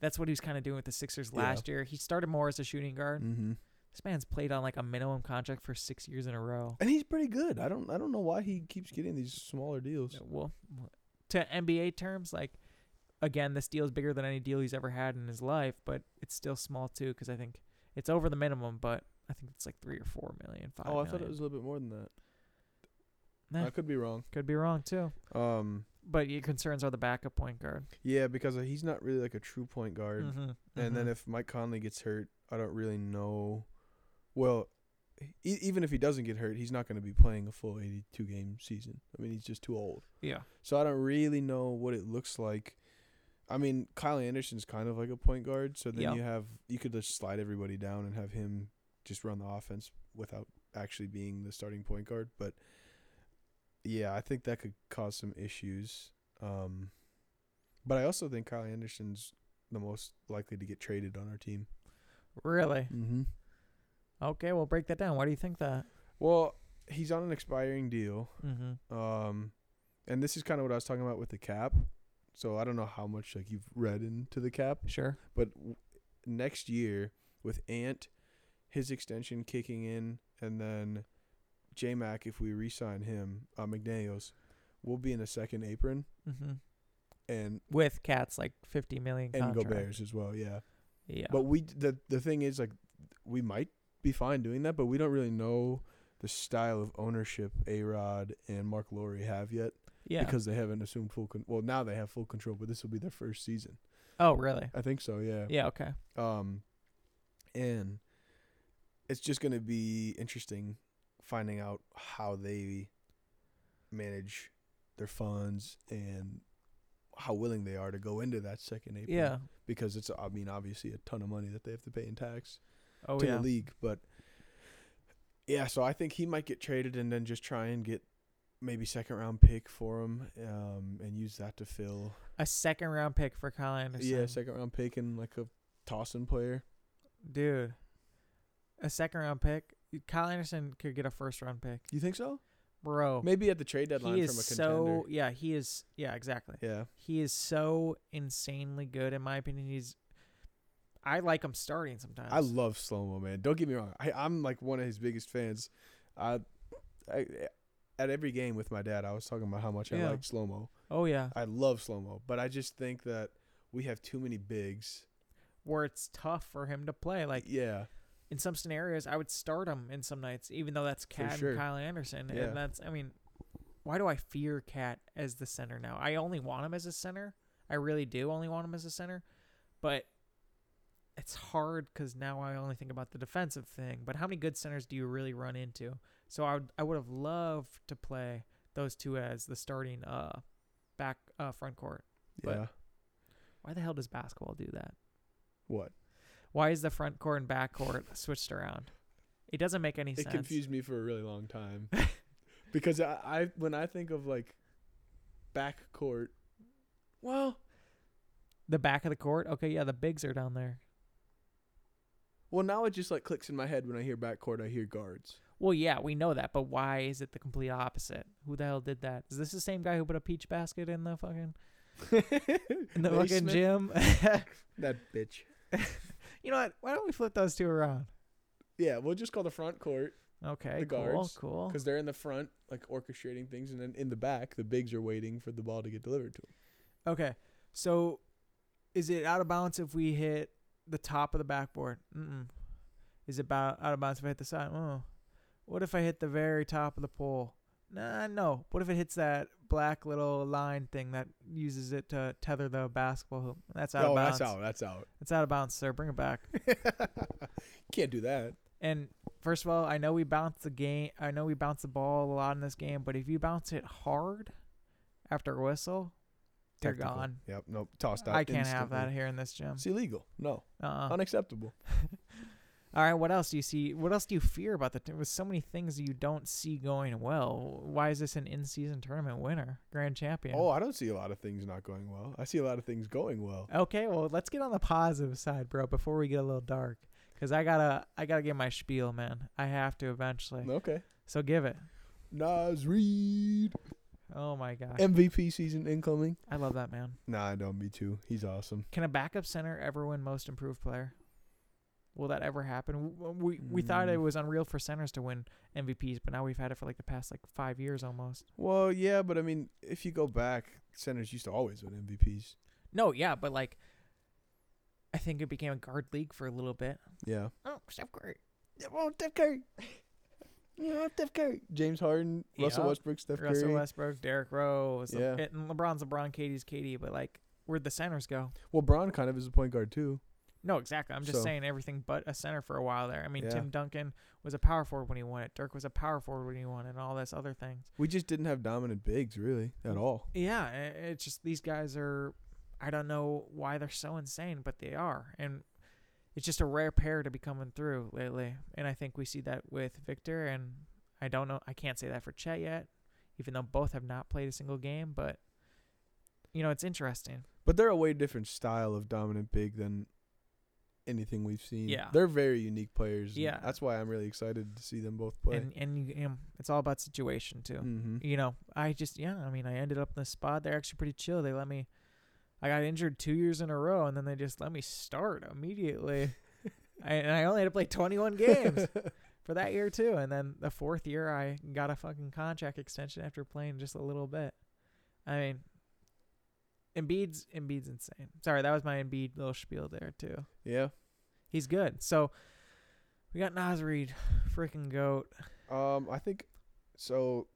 Speaker 1: That's what he was kind of doing with the Sixers
Speaker 2: Yeah.
Speaker 1: last year. He started more as a shooting guard.
Speaker 2: Mhm.
Speaker 1: This man's played on like a minimum contract for six years in a row.
Speaker 2: And he's pretty good. I don't. I don't know why he keeps getting these smaller deals.
Speaker 1: Well, to NBA terms, like again, this deal is bigger than any deal he's ever had in his life, but it's still small too because I think it's over the minimum, but I think it's like three or four million, five.
Speaker 2: Oh, I thought it
Speaker 1: million.
Speaker 2: was a little bit more than that.
Speaker 1: Nah.
Speaker 2: I could be wrong.
Speaker 1: Could be wrong too,
Speaker 2: Um,
Speaker 1: but your concerns are the backup point guard.
Speaker 2: yeah, because uh, he's not really like a true point guard.
Speaker 1: Mhm,
Speaker 2: And then
Speaker 1: mhm.
Speaker 2: if Mike Conley gets hurt, I don't really know. Well, e- even if he doesn't get hurt, he's not going to be playing a full 82 game season. I mean, he's just too old.
Speaker 1: yeah,
Speaker 2: So I don't really know what it looks like. I mean, Kyle Anderson's kind of like a point guard, so then
Speaker 1: Yeah.
Speaker 2: you have you could just slide everybody down and have him just run the offense without actually being the starting point guard. But yeah, I think that could cause some issues. Um, but I also think Kyle Anderson's the most likely to get traded on our team.
Speaker 1: Really?
Speaker 2: Mm-hmm.
Speaker 1: Okay, well, break that down. Why do you think that?
Speaker 2: Well, he's on an expiring deal.
Speaker 1: Mm-hmm.
Speaker 2: Um, and this is kind of what I was talking about with the cap. So I don't know how much like you've read into the cap,
Speaker 1: Sure.
Speaker 2: but w- next year with Ant, his extension kicking in, and then J Mac, if we re-sign him, uh, McDaniel's, we'll be in a second apron
Speaker 1: Mm-hmm.
Speaker 2: and
Speaker 1: With cats like fifty million.
Speaker 2: and
Speaker 1: contract.
Speaker 2: Gobert's as well. Yeah,
Speaker 1: Yeah.
Speaker 2: but we the the thing is like we might be fine doing that, but we don't really know the style of ownership A Rod and Mark Lowry have yet.
Speaker 1: yeah.
Speaker 2: because they haven't assumed full con- well now they have full control but this will be their first season
Speaker 1: oh, really?
Speaker 2: i think so yeah,
Speaker 1: Yeah. Okay.
Speaker 2: um and it's just going to be interesting finding out how they manage their funds and how willing they are to go into that second April.
Speaker 1: Yeah.
Speaker 2: because it's i mean obviously a ton of money that they have to pay in tax
Speaker 1: Oh
Speaker 2: to
Speaker 1: yeah.
Speaker 2: the league but yeah so i think he might get traded and then just try and get maybe second round pick for him um, and use that to fill
Speaker 1: A second round pick for Kyle Anderson.
Speaker 2: Yeah, second round pick and like a tossing player.
Speaker 1: Dude, a second round pick. Kyle Anderson could get a first round pick,
Speaker 2: You think so?
Speaker 1: bro.
Speaker 2: Maybe at the trade deadline
Speaker 1: He
Speaker 2: from a
Speaker 1: is
Speaker 2: contender.
Speaker 1: so yeah. He is yeah. Exactly.
Speaker 2: yeah.
Speaker 1: He is so insanely good in my opinion. He's. I like him starting sometimes.
Speaker 2: I love slow mo, man. Don't get me wrong. I, I'm like one of his biggest fans. I, I, at every game with my dad, I was talking about how much I
Speaker 1: Yeah.
Speaker 2: like slow mo.
Speaker 1: oh yeah.
Speaker 2: I love slow mo, but I just think that we have too many bigs.
Speaker 1: Where it's tough for him to play. Like
Speaker 2: yeah,
Speaker 1: in some scenarios, I would start him in some nights, even though that's Cat
Speaker 2: sure.
Speaker 1: and Kyle Anderson.
Speaker 2: Yeah.
Speaker 1: And that's, I mean, why do I fear Cat as the center now? I only want him as a center. I really do only want him as a center. But it's hard because now I only think about the defensive thing. But how many good centers do you really run into? So I would, I would have loved to play those two as the starting uh back uh front court. But-
Speaker 2: yeah.
Speaker 1: Why the hell does basketball do that?
Speaker 2: What?
Speaker 1: Why is the front court and back court switched around? It doesn't make any
Speaker 2: It
Speaker 1: sense.
Speaker 2: confused me for a really long time because I, I when I think of like back court, well,
Speaker 1: The back of the court? Okay, yeah, the bigs are down there.
Speaker 2: Well, now it just like clicks in my head when I hear backcourt. I hear guards.
Speaker 1: Well, yeah, we know that, but why is it the complete opposite? Who the hell did that? Is this the same guy who put a peach basket in the fucking in the
Speaker 2: Lee
Speaker 1: fucking
Speaker 2: Smith?
Speaker 1: gym?
Speaker 2: That bitch.
Speaker 1: you know what? Why don't we flip those two around?
Speaker 2: Yeah, we'll just call the front court
Speaker 1: Okay,
Speaker 2: The
Speaker 1: cool,
Speaker 2: guards,
Speaker 1: cool.
Speaker 2: because they're in the front, like orchestrating things, and then in the back, the bigs are waiting for the ball to get delivered to them.
Speaker 1: Okay, so is it out of bounds if we hit the top of the backboard? Mm-mm. Is it bou- out of bounds if I hit the side? Oh. What if I hit the very top of the pole? Nah, no. What if it hits that black little line thing that uses it to tether the basketball hoop? That's out
Speaker 2: oh,
Speaker 1: of bounds.
Speaker 2: that's out. That's out.
Speaker 1: It's out of bounds, sir. Bring it back.
Speaker 2: Can't do that.
Speaker 1: And first of all, I know we bounce the game. I know we bounce the ball a lot in this game, but if you bounce it hard after a whistle, they're
Speaker 2: Technical.
Speaker 1: gone.
Speaker 2: Yep. Nope. Tossed out.
Speaker 1: I can't have that
Speaker 2: instantly.
Speaker 1: here in this gym.
Speaker 2: It's illegal. No.
Speaker 1: Uh-uh.
Speaker 2: Unacceptable.
Speaker 1: All right, what else do you see? What else do you fear about the team? With so many things you don't see going well, why is this an in-season tournament winner, grand champion?
Speaker 2: Oh, I don't see a lot of things not going well. I see a lot of things going well.
Speaker 1: Okay, well, let's get on the positive side, bro, before we get a little dark, cuz I got to I got to get my spiel, man. I have to eventually.
Speaker 2: Okay.
Speaker 1: So give it.
Speaker 2: Nas Reed,
Speaker 1: Oh my gosh.
Speaker 2: MVP season incoming.
Speaker 1: I love that, man.
Speaker 2: Nah, I don't. Me too. He's awesome.
Speaker 1: Can a backup center ever win most improved player? Will that ever happen? W- We we thought
Speaker 2: Mm.
Speaker 1: it was unreal for centers to win MVPs, but now we've had it for like the past like 5 years almost.
Speaker 2: Well, yeah, but I mean, if you go back, centers used to always win MVPs.
Speaker 1: No, yeah, but like, I think it became a guard league for a little bit.
Speaker 2: Yeah.
Speaker 1: Oh, Steph Curry.
Speaker 2: Oh, Steph Curry. Yeah, Steph Curry. James Harden, Russell
Speaker 1: Yeah.
Speaker 2: Westbrook, Steph
Speaker 1: Russell
Speaker 2: Curry.
Speaker 1: Westbrook, Derrick Rose.
Speaker 2: Yeah.
Speaker 1: Yeah. And LeBron's LeBron, Katie's Katie, but like, where'd the centers go?
Speaker 2: well, Braun kind of is a point guard too.
Speaker 1: No, exactly. I'm just
Speaker 2: So-
Speaker 1: saying everything but a center for a while there. I mean,
Speaker 2: Yeah.
Speaker 1: Tim Duncan was a power forward when he won it. Dirk was a power forward when he won it, and all this other things. Mm.
Speaker 2: We just didn't have dominant bigs really at all.
Speaker 1: Yeah, i- it's just these guys are. I don't know why they're so insane, but they are. And it's just a rare pair to be coming through lately. And I think we see that with Victor. And I don't know. I can't say that for Chet yet, even though both have not played a single game. But, you know, it's interesting.
Speaker 2: But they're a way different style of dominant big than anything we've seen.
Speaker 1: Yeah.
Speaker 2: They're very unique players. and
Speaker 1: Yeah.
Speaker 2: That's why I'm really excited to see them both play.
Speaker 1: And, and you, um, it's all about situation, too.
Speaker 2: Mhm.
Speaker 1: you know, I just yeah, I mean, I ended up in this spot. They're actually pretty chill. They let me. I got injured two years in a row, and then they just let me start immediately. I, and I only had to play 21 games for that year too. And then the fourth year, I got a fucking contract extension after playing just a little bit. I mean, Embiid's Embiid's insane. Sorry, that was my Embiid little spiel there too.
Speaker 2: yeah.
Speaker 1: He's good. So we got Nas Reed, freaking goat.
Speaker 2: Um, I think so.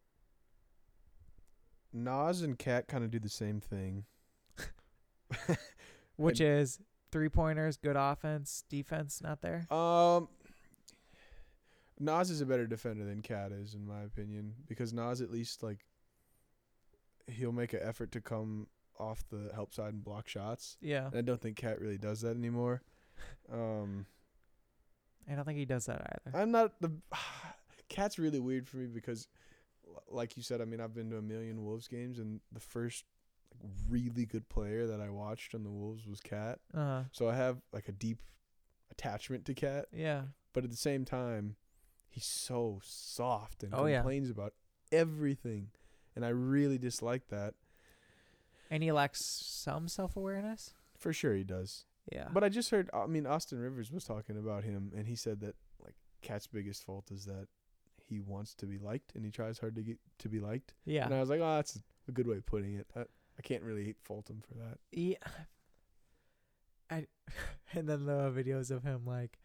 Speaker 2: Nas and Cat kind of do the same thing.
Speaker 1: which is three pointers, good offense, defense not there.
Speaker 2: Um, Nas is a better defender than Cat is, in my opinion, because Nas at least like he'll make an effort to come off the help side and block shots.
Speaker 1: Yeah,
Speaker 2: And I don't think Cat really does that anymore. Um,
Speaker 1: I don't think he does that either.
Speaker 2: I'm not the Cat's really weird for me because, l- like you said, I mean I've been to a million Wolves games, and the first like, really good player that I watched on the Wolves was Cat.
Speaker 1: Uh huh.
Speaker 2: So I have like a deep attachment to Cat.
Speaker 1: Yeah,
Speaker 2: but at the same time, he's so soft and
Speaker 1: Oh, yeah.
Speaker 2: complains about everything, and I really dislike that.
Speaker 1: and he lacks some self awareness.
Speaker 2: For sure, he does.
Speaker 1: Yeah,
Speaker 2: But I just heard. I mean, Austin Rivers was talking about him, and he said that like Cat's biggest fault is that he wants to be liked, and he tries hard to get to be liked.
Speaker 1: yeah,
Speaker 2: And I was like, oh, that's a good way of putting it. I, I can't really fault him for that.
Speaker 1: yeah. I, and then the videos of him like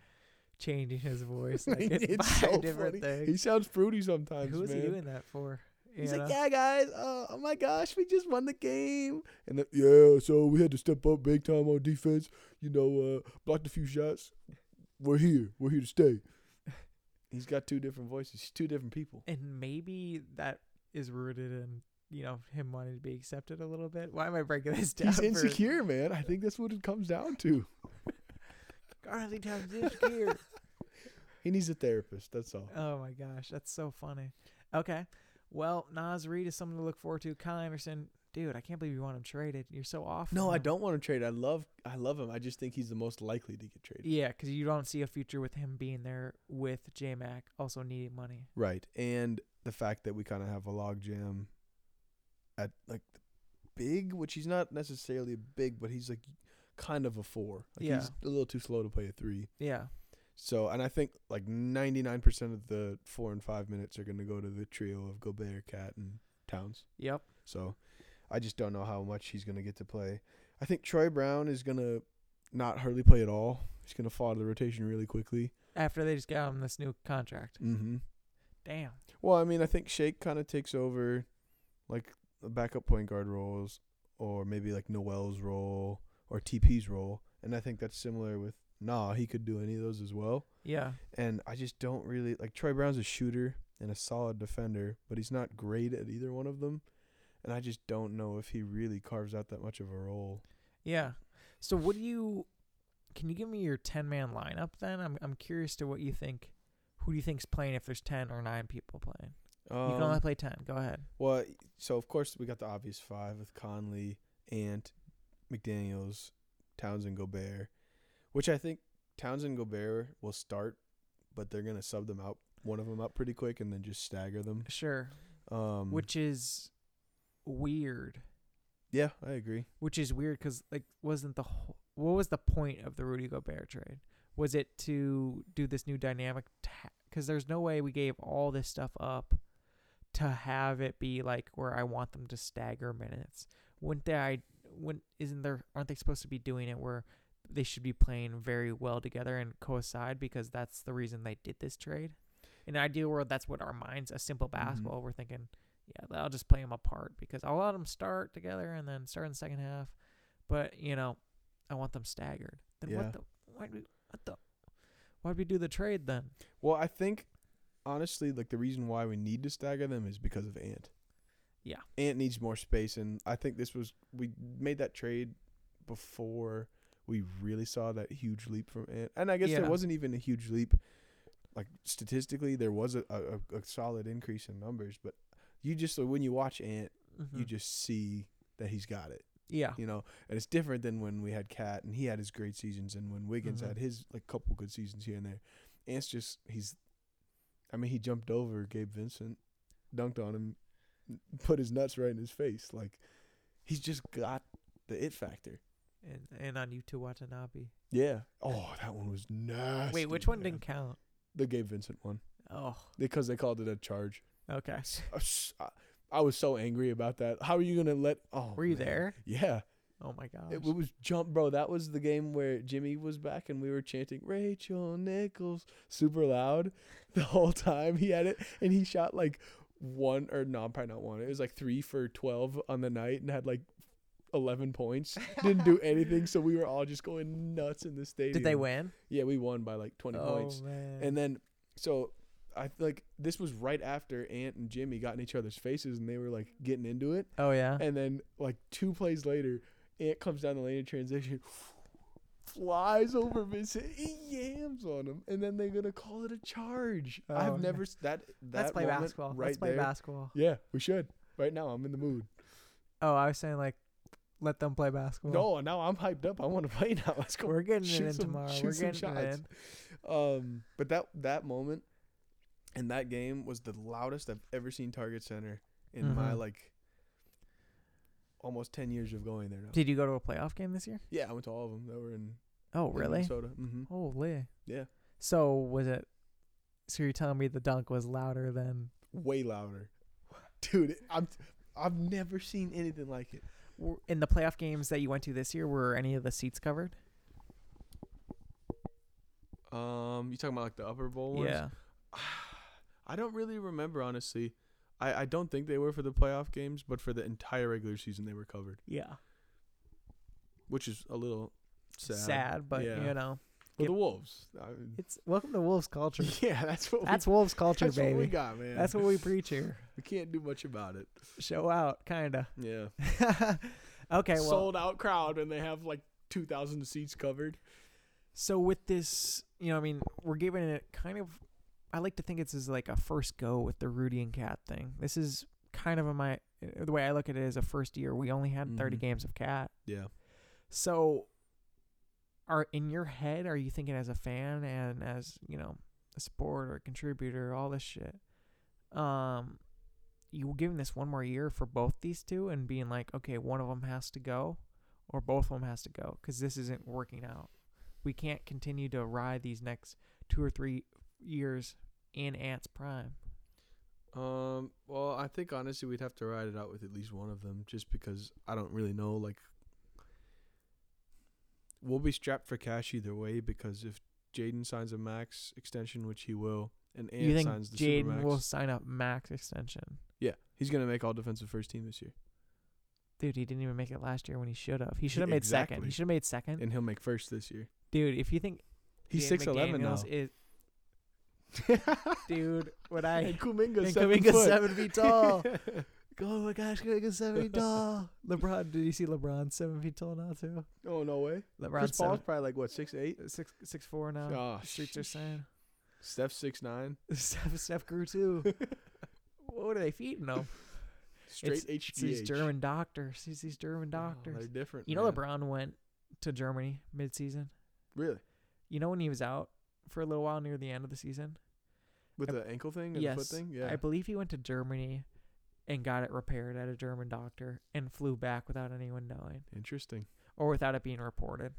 Speaker 1: changing his voice, like it's, by a different
Speaker 2: He
Speaker 1: thing.
Speaker 2: sounds fruity sometimes,
Speaker 1: Who is
Speaker 2: man.
Speaker 1: he doing that for? You
Speaker 2: He's
Speaker 1: know?
Speaker 2: like, yeah, guys. Uh, oh my gosh, we just won the game. And the, yeah, so we had to step up big time on defense. You know, uh, blocked a few shots. We're here. We're here to stay. He's got two different voices. He's two different people.
Speaker 1: and maybe that is rooted in you know him wanting to be accepted a little bit. Why am I breaking this down?
Speaker 2: He's
Speaker 1: for-
Speaker 2: insecure, man. I think that's what it comes down to.
Speaker 1: Garlington's insecure.
Speaker 2: He needs a therapist. That's all.
Speaker 1: Oh my gosh, that's so funny. Okay. Well, Nas Reed is something to look forward to. Kyle Anderson, dude, I can't believe you want him traded. You're so off.
Speaker 2: No,
Speaker 1: on
Speaker 2: I
Speaker 1: him.
Speaker 2: don't want to trade. I love, I love him. I just think he's the most likely to get traded.
Speaker 1: Yeah, because you don't see a future with him being there with J Mac, also needing money.
Speaker 2: Right, and the fact that we kind of have a logjam at like the big, which he's not necessarily a big, but he's like kind of a four. Like
Speaker 1: Yeah.
Speaker 2: he's a little too slow to play a three.
Speaker 1: Yeah.
Speaker 2: So, and I think like ninety nine percent of the four and five minutes are going to go to the trio of Gobert, Cat, and Towns.
Speaker 1: Yep.
Speaker 2: So, I just don't know how much he's going to get to play. I think Troy Brown is going to not hardly play at all. He's going to fall out of the rotation really quickly.
Speaker 1: After they just got him this new contract.
Speaker 2: Mm-hmm.
Speaker 1: Damn.
Speaker 2: Well, I mean, I think Shake kind of takes over, like the backup point guard roles, or maybe like Noel's role or TP's role, and I think that's similar with Nah. He could do any of those as well.
Speaker 1: Yeah.
Speaker 2: And I just don't really like Troy Brown's a shooter and a solid defender, but he's not great at either one of them. And I just don't know if he really carves out that much of a role.
Speaker 1: Yeah. So what do you can you give me your ten man lineup then? I'm I'm curious to what you think who do you think's playing if there's ten or nine people playing? you can only
Speaker 2: Um,
Speaker 1: play ten. Go ahead.
Speaker 2: well, so of course we got the obvious five with Conley, Ant, McDaniels, Townsend, Gobert, which I think Townsend Gobert will start, but they're gonna sub them out, one of them out pretty quick, and then just stagger them.
Speaker 1: Sure.
Speaker 2: Um,
Speaker 1: which is weird.
Speaker 2: yeah, I agree.
Speaker 1: Which is weird because like wasn't the whole, what was the point of the Rudy Gobert trade? Was it to do this new dynamic? Because there's no way we gave all this stuff up to have it be like where I want them to stagger minutes. Wouldn't they? I when isn't there? Aren't they supposed to be doing it where they should be playing very well together and coincide because that's the reason they did this trade. In an ideal world, that's what our minds, a simple basketball, we're thinking, yeah, I'll just play them apart because I'll let them start together and then start in the second half. But you know, I want them staggered. Then
Speaker 2: Yeah.
Speaker 1: what the? Why do? What the? Why'd we do the trade then?
Speaker 2: Well, I think honestly, like the reason why we need to stagger them is because of Ant.
Speaker 1: Yeah.
Speaker 2: Ant needs more space, and I think this was we made that trade before we really saw that huge leap from Ant. And I guess
Speaker 1: Yeah.
Speaker 2: there wasn't even a huge leap. Like statistically, there was a, a, a- a solid increase in numbers, but you just when you watch Ant, you
Speaker 1: Mhm.
Speaker 2: just see that he's got it.
Speaker 1: yeah.
Speaker 2: You know, and it's different than when we had Cat and he had his great seasons, and when Wiggins
Speaker 1: Mhm.
Speaker 2: had his like couple good seasons here and there. Ant's just he's, I mean, he jumped over Gabe Vincent, dunked on him, put his nuts right in his face. Like he's just got the it factor.
Speaker 1: And and on Yuta Watanabe.
Speaker 2: Yeah. Oh, that one was nasty.
Speaker 1: Wait, which one
Speaker 2: man.
Speaker 1: didn't count?
Speaker 2: the Gabe Vincent one?
Speaker 1: Oh,
Speaker 2: Because they called it a charge.
Speaker 1: okay.
Speaker 2: I s- I- I was so angry about that. How are you gonna let? Oh,
Speaker 1: Were you
Speaker 2: man.
Speaker 1: there?
Speaker 2: Yeah.
Speaker 1: Oh my gosh.
Speaker 2: It, was jump, bro. That was the game where Jimmy was back and we were chanting Rachel Nichols super loud the whole time. He had it and he shot like one or no, probably not one. It was like three for twelve on the night and had like eleven points. Didn't do anything, so we were all just going nuts in the stadium.
Speaker 1: Did they win?
Speaker 2: Yeah, we won by like twenty
Speaker 1: Oh
Speaker 2: points.
Speaker 1: man.
Speaker 2: And then so I like this was right after Ant and Jimmy got in each other's faces and they were like getting into it.
Speaker 1: oh yeah.
Speaker 2: And then like two plays later, Ant comes down the lane in transition, flies over Vincent, he yams on him, and then they're gonna call it a charge.
Speaker 1: Oh,
Speaker 2: I've
Speaker 1: yeah.
Speaker 2: never s- that that
Speaker 1: Let's play
Speaker 2: moment
Speaker 1: basketball.
Speaker 2: right
Speaker 1: Let's play
Speaker 2: there.
Speaker 1: basketball.
Speaker 2: Yeah, we should. Right now, I'm in the mood.
Speaker 1: Oh, I was saying like, let them play basketball.
Speaker 2: no, now I'm hyped up. I want to play now. Let's go.
Speaker 1: we're getting it
Speaker 2: shoot
Speaker 1: in
Speaker 2: some-
Speaker 1: tomorrow.
Speaker 2: shoot
Speaker 1: We're
Speaker 2: some
Speaker 1: getting it
Speaker 2: shots.
Speaker 1: in.
Speaker 2: Um, but that that moment and that game was the loudest I've ever seen Target Center in my
Speaker 1: Mhm.
Speaker 2: like almost ten years of going there now.
Speaker 1: Did you go to a playoff game this year?
Speaker 2: Yeah, I went to all of them that were in
Speaker 1: Oh
Speaker 2: in
Speaker 1: really?
Speaker 2: Minnesota. hmm
Speaker 1: Holy.
Speaker 2: Yeah.
Speaker 1: So was it? So you're telling me the dunk was louder than?
Speaker 2: Way louder, dude. it- I'm I've never seen anything like it.
Speaker 1: were- In the playoff games that you went to this year, were any of the seats covered?
Speaker 2: Um, you talking about like the upper bowl
Speaker 1: Yeah.
Speaker 2: I don't really remember honestly. I I don't think they were for the playoff games, but for the entire regular season they were covered,
Speaker 1: Yeah.
Speaker 2: which is a little sad.
Speaker 1: Sad, but
Speaker 2: Yeah.
Speaker 1: you know,
Speaker 2: For
Speaker 1: Yep.
Speaker 2: the Wolves. I mean-
Speaker 1: it's welcome to Wolves culture.
Speaker 2: yeah, that's what
Speaker 1: That's
Speaker 2: we,
Speaker 1: Wolves culture,
Speaker 2: that's
Speaker 1: baby.
Speaker 2: what we got, man.
Speaker 1: That's what we preach here.
Speaker 2: we can't do much about it.
Speaker 1: Show out, kinda.
Speaker 2: Yeah.
Speaker 1: okay, well,
Speaker 2: Sold out crowd and they have like 2000 seats covered.
Speaker 1: so with this, you know, I mean, we're giving it kind of. I like to think it's is like a first go with the Rudy and Cat thing. This is kind of a my uh, the way I look at it is a first year. We only had 30
Speaker 2: Mhm.
Speaker 1: games of Cat,
Speaker 2: Yeah.
Speaker 1: so are in your head? Are you thinking as a fan and as you know a sport or a contributor, all this shit? Um, you giving this one more year for both these two and being like, okay, one of them has to go, or both of them has to go because this isn't working out. We can't continue to ride these next two or three years in Ant's prime.
Speaker 2: Um, well, I think honestly we'd have to ride it out with at least one of them just because I don't really know like we'll be strapped for cash either way because if Jaden signs a max extension, which he will, and Ant
Speaker 1: you think
Speaker 2: signs the
Speaker 1: Jaden
Speaker 2: supermax,
Speaker 1: will sign up max extension?
Speaker 2: yeah, he's gonna make all defensive first team this year,
Speaker 1: Dude, he didn't even make it last year when he should have. He should have made second.
Speaker 2: exactly.
Speaker 1: He should have made second.
Speaker 2: and he'll make first this year.
Speaker 1: Dude, if you think
Speaker 2: He's
Speaker 1: Dan
Speaker 2: six eleven now,
Speaker 1: McDaniels Is, dude, when I
Speaker 2: and Kuminga's
Speaker 1: and
Speaker 2: seven
Speaker 1: Kuminga's
Speaker 2: foot.
Speaker 1: seven feet tall. oh my gosh, Kuminga's seven feet tall. LeBron, did you see LeBron seven feet tall now too?
Speaker 2: oh no way!
Speaker 1: LeBron's
Speaker 2: Chris Paul's
Speaker 1: seven,
Speaker 2: probably like what six eight.
Speaker 1: six six four now.
Speaker 2: Oh,
Speaker 1: the streets are
Speaker 2: sheesh.
Speaker 1: saying
Speaker 2: Steph six nine,
Speaker 1: Steph, Steph grew too. what are they feeding them?
Speaker 2: straight HGH.
Speaker 1: It's these German doctors. It's these German
Speaker 2: Oh,
Speaker 1: doctors.
Speaker 2: they're different.
Speaker 1: you know
Speaker 2: man.
Speaker 1: LeBron went to Germany midseason.
Speaker 2: Really?
Speaker 1: You know when he was out for a little while near the end of the season.
Speaker 2: With
Speaker 1: I-
Speaker 2: the ankle thing and the foot thing? Yeah.
Speaker 1: I believe he went to Germany and got it repaired at a German doctor and flew back without anyone knowing
Speaker 2: Interesting.
Speaker 1: or without it being reported.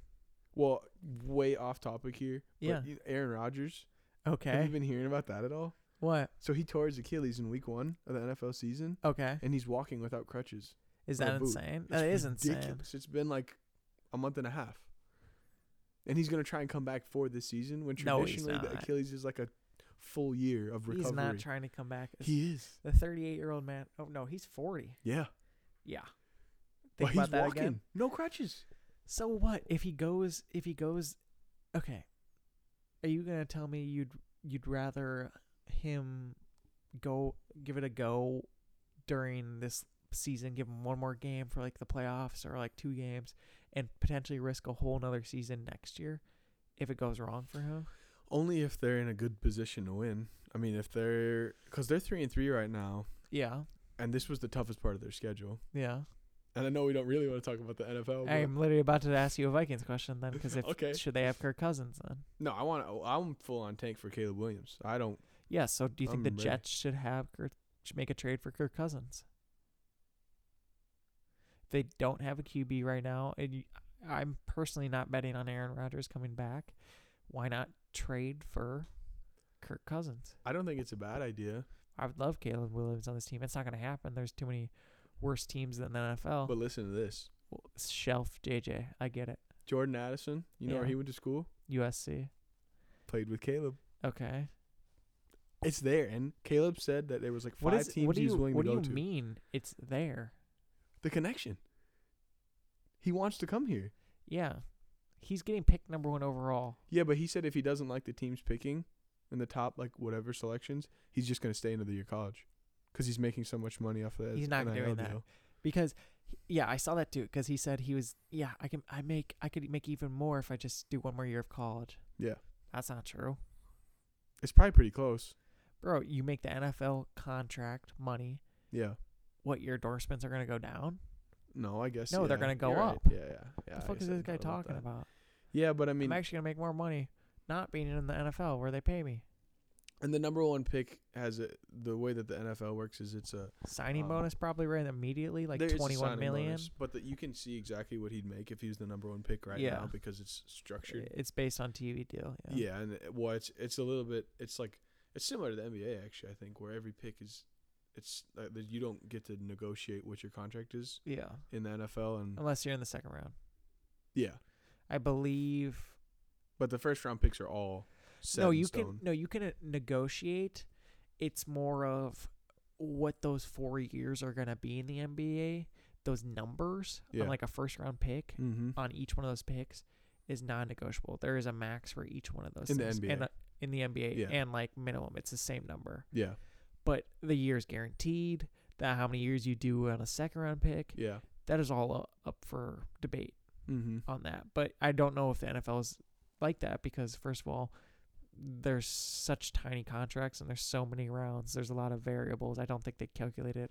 Speaker 2: Well, way off topic here. but
Speaker 1: Yeah.
Speaker 2: you- Aaron Rodgers. Have
Speaker 1: Okay.
Speaker 2: you been hearing about that at all?
Speaker 1: What?
Speaker 2: So he tore his Achilles in week one of the NFL season,
Speaker 1: Okay.
Speaker 2: and he's walking without crutches.
Speaker 1: Is
Speaker 2: or a
Speaker 1: that
Speaker 2: boot.
Speaker 1: insane? That
Speaker 2: It's
Speaker 1: is insane.
Speaker 2: It's been like a month and a half. And he's gonna try and come back for this season when
Speaker 1: No, he's
Speaker 2: traditionally the
Speaker 1: not.
Speaker 2: Achilles is like a full year of recovery.
Speaker 1: He's not trying to come back.
Speaker 2: he is.
Speaker 1: the 38 year old man. Oh, no, he's 40.
Speaker 2: Yeah.
Speaker 1: Yeah.
Speaker 2: But
Speaker 1: Think
Speaker 2: he's
Speaker 1: about that
Speaker 2: walking.
Speaker 1: again.
Speaker 2: No crutches.
Speaker 1: So what if he goes? If he goes, okay. Are you gonna tell me you'd you'd rather him go give it a go during this season, give him one more game for like the playoffs or like two games, and potentially risk a whole nother season next year if it goes wrong for him.
Speaker 2: Only if they're in a good position to win. I mean, if they're because they're three and three right now,
Speaker 1: Yeah.
Speaker 2: and this was the toughest part of their schedule.
Speaker 1: Yeah.
Speaker 2: And I know we don't really want to talk about the NFL. But
Speaker 1: I'm literally about to ask you a Vikings question then, because if
Speaker 2: Oh, Okay.
Speaker 1: should they have Kirk Cousins then?
Speaker 2: no, I want. I'm full on tank for Caleb Williams. I don't.
Speaker 1: Yeah. So do you think
Speaker 2: I'm
Speaker 1: the
Speaker 2: ready.
Speaker 1: Jets should have Kirk, should make a trade for Kirk Cousins? They don't have a QB right now, and you, I'm personally not betting on Aaron Rodgers coming back. Why not trade for Kirk Cousins?
Speaker 2: I don't think it's a bad idea.
Speaker 1: I would love Caleb Williams on this team. It's not going to happen. There's too many worse teams than the NFL.
Speaker 2: But listen to this:
Speaker 1: Well, Shelf JJ, I get it.
Speaker 2: Jordan Addison. You know where
Speaker 1: Yeah.
Speaker 2: he went to school?
Speaker 1: USC.
Speaker 2: Played with Caleb.
Speaker 1: Okay.
Speaker 2: It's there, and Caleb said that there was like five
Speaker 1: What is?
Speaker 2: teams
Speaker 1: What do
Speaker 2: he was
Speaker 1: you?
Speaker 2: willing
Speaker 1: What
Speaker 2: to
Speaker 1: do
Speaker 2: go
Speaker 1: you
Speaker 2: to.
Speaker 1: mean? It's there.
Speaker 2: The connection. He wants to come here.
Speaker 1: Yeah. He's getting picked number one overall.
Speaker 2: Yeah, but he said if he doesn't like the team's picking in the top like whatever selections, he's just going to stay another year of college because he's making so much money off of that.
Speaker 1: He's not
Speaker 2: NIL
Speaker 1: doing that.
Speaker 2: deal.
Speaker 1: because yeah i saw that too because he said he was yeah i can i make i could make even more if i just do one more year of college
Speaker 2: Yeah,
Speaker 1: that's not true
Speaker 2: it's probably pretty close.
Speaker 1: bro you make the nfl contract money
Speaker 2: Yeah.
Speaker 1: what your endorsements are going to go down
Speaker 2: No, I guess.
Speaker 1: No, they're
Speaker 2: yeah,
Speaker 1: gonna go
Speaker 2: you're right.
Speaker 1: up.
Speaker 2: Yeah, yeah. yeah
Speaker 1: the
Speaker 2: I
Speaker 1: fuck
Speaker 2: guess
Speaker 1: is
Speaker 2: I
Speaker 1: this guy
Speaker 2: thought about
Speaker 1: talking
Speaker 2: that.
Speaker 1: about
Speaker 2: Yeah, but I
Speaker 1: I
Speaker 2: mean,
Speaker 1: am actually going to make more money not being in the nfl where they pay me
Speaker 2: and the number one pick has a, the way that the NFL works is it's a
Speaker 1: signing
Speaker 2: Um,
Speaker 1: bonus probably ran immediately like
Speaker 2: there is a
Speaker 1: 21
Speaker 2: signing
Speaker 1: million
Speaker 2: bonus, but that you can see exactly what he'd make if he was the number one pick right
Speaker 1: Yeah.
Speaker 2: now because it's structured
Speaker 1: it's based on tv deal yeah,
Speaker 2: Yeah, and it, well, it's it's a little bit. It's like it's similar to the NBA actually. I think where every pick is, it's uh, that you don't get to negotiate what your contract is
Speaker 1: yeah.
Speaker 2: in the NFL, and
Speaker 1: unless you're in the second round
Speaker 2: yeah,
Speaker 1: i believe
Speaker 2: but the first round picks are all set
Speaker 1: no
Speaker 2: in
Speaker 1: you
Speaker 2: stone.
Speaker 1: can no you can uh, negotiate it's more of what those four years are going to be in the nba those numbers
Speaker 2: Yeah.
Speaker 1: on like a first round pick
Speaker 2: Mm-hmm.
Speaker 1: on each one of those picks is non-negotiable there is a max for each one of those
Speaker 2: In the
Speaker 1: things.
Speaker 2: NBA.
Speaker 1: and uh, in the nba
Speaker 2: Yeah.
Speaker 1: and like minimum it's the same number
Speaker 2: Yeah,
Speaker 1: but the year's guaranteed that how many years you do on a second round pick
Speaker 2: yeah.
Speaker 1: that is all u- up for debate
Speaker 2: Mm-hmm.
Speaker 1: on that. But I don't know if the NFL is like that because first of all, there's such tiny contracts and there's so many rounds. There's a lot of variables. I don't think they calculate it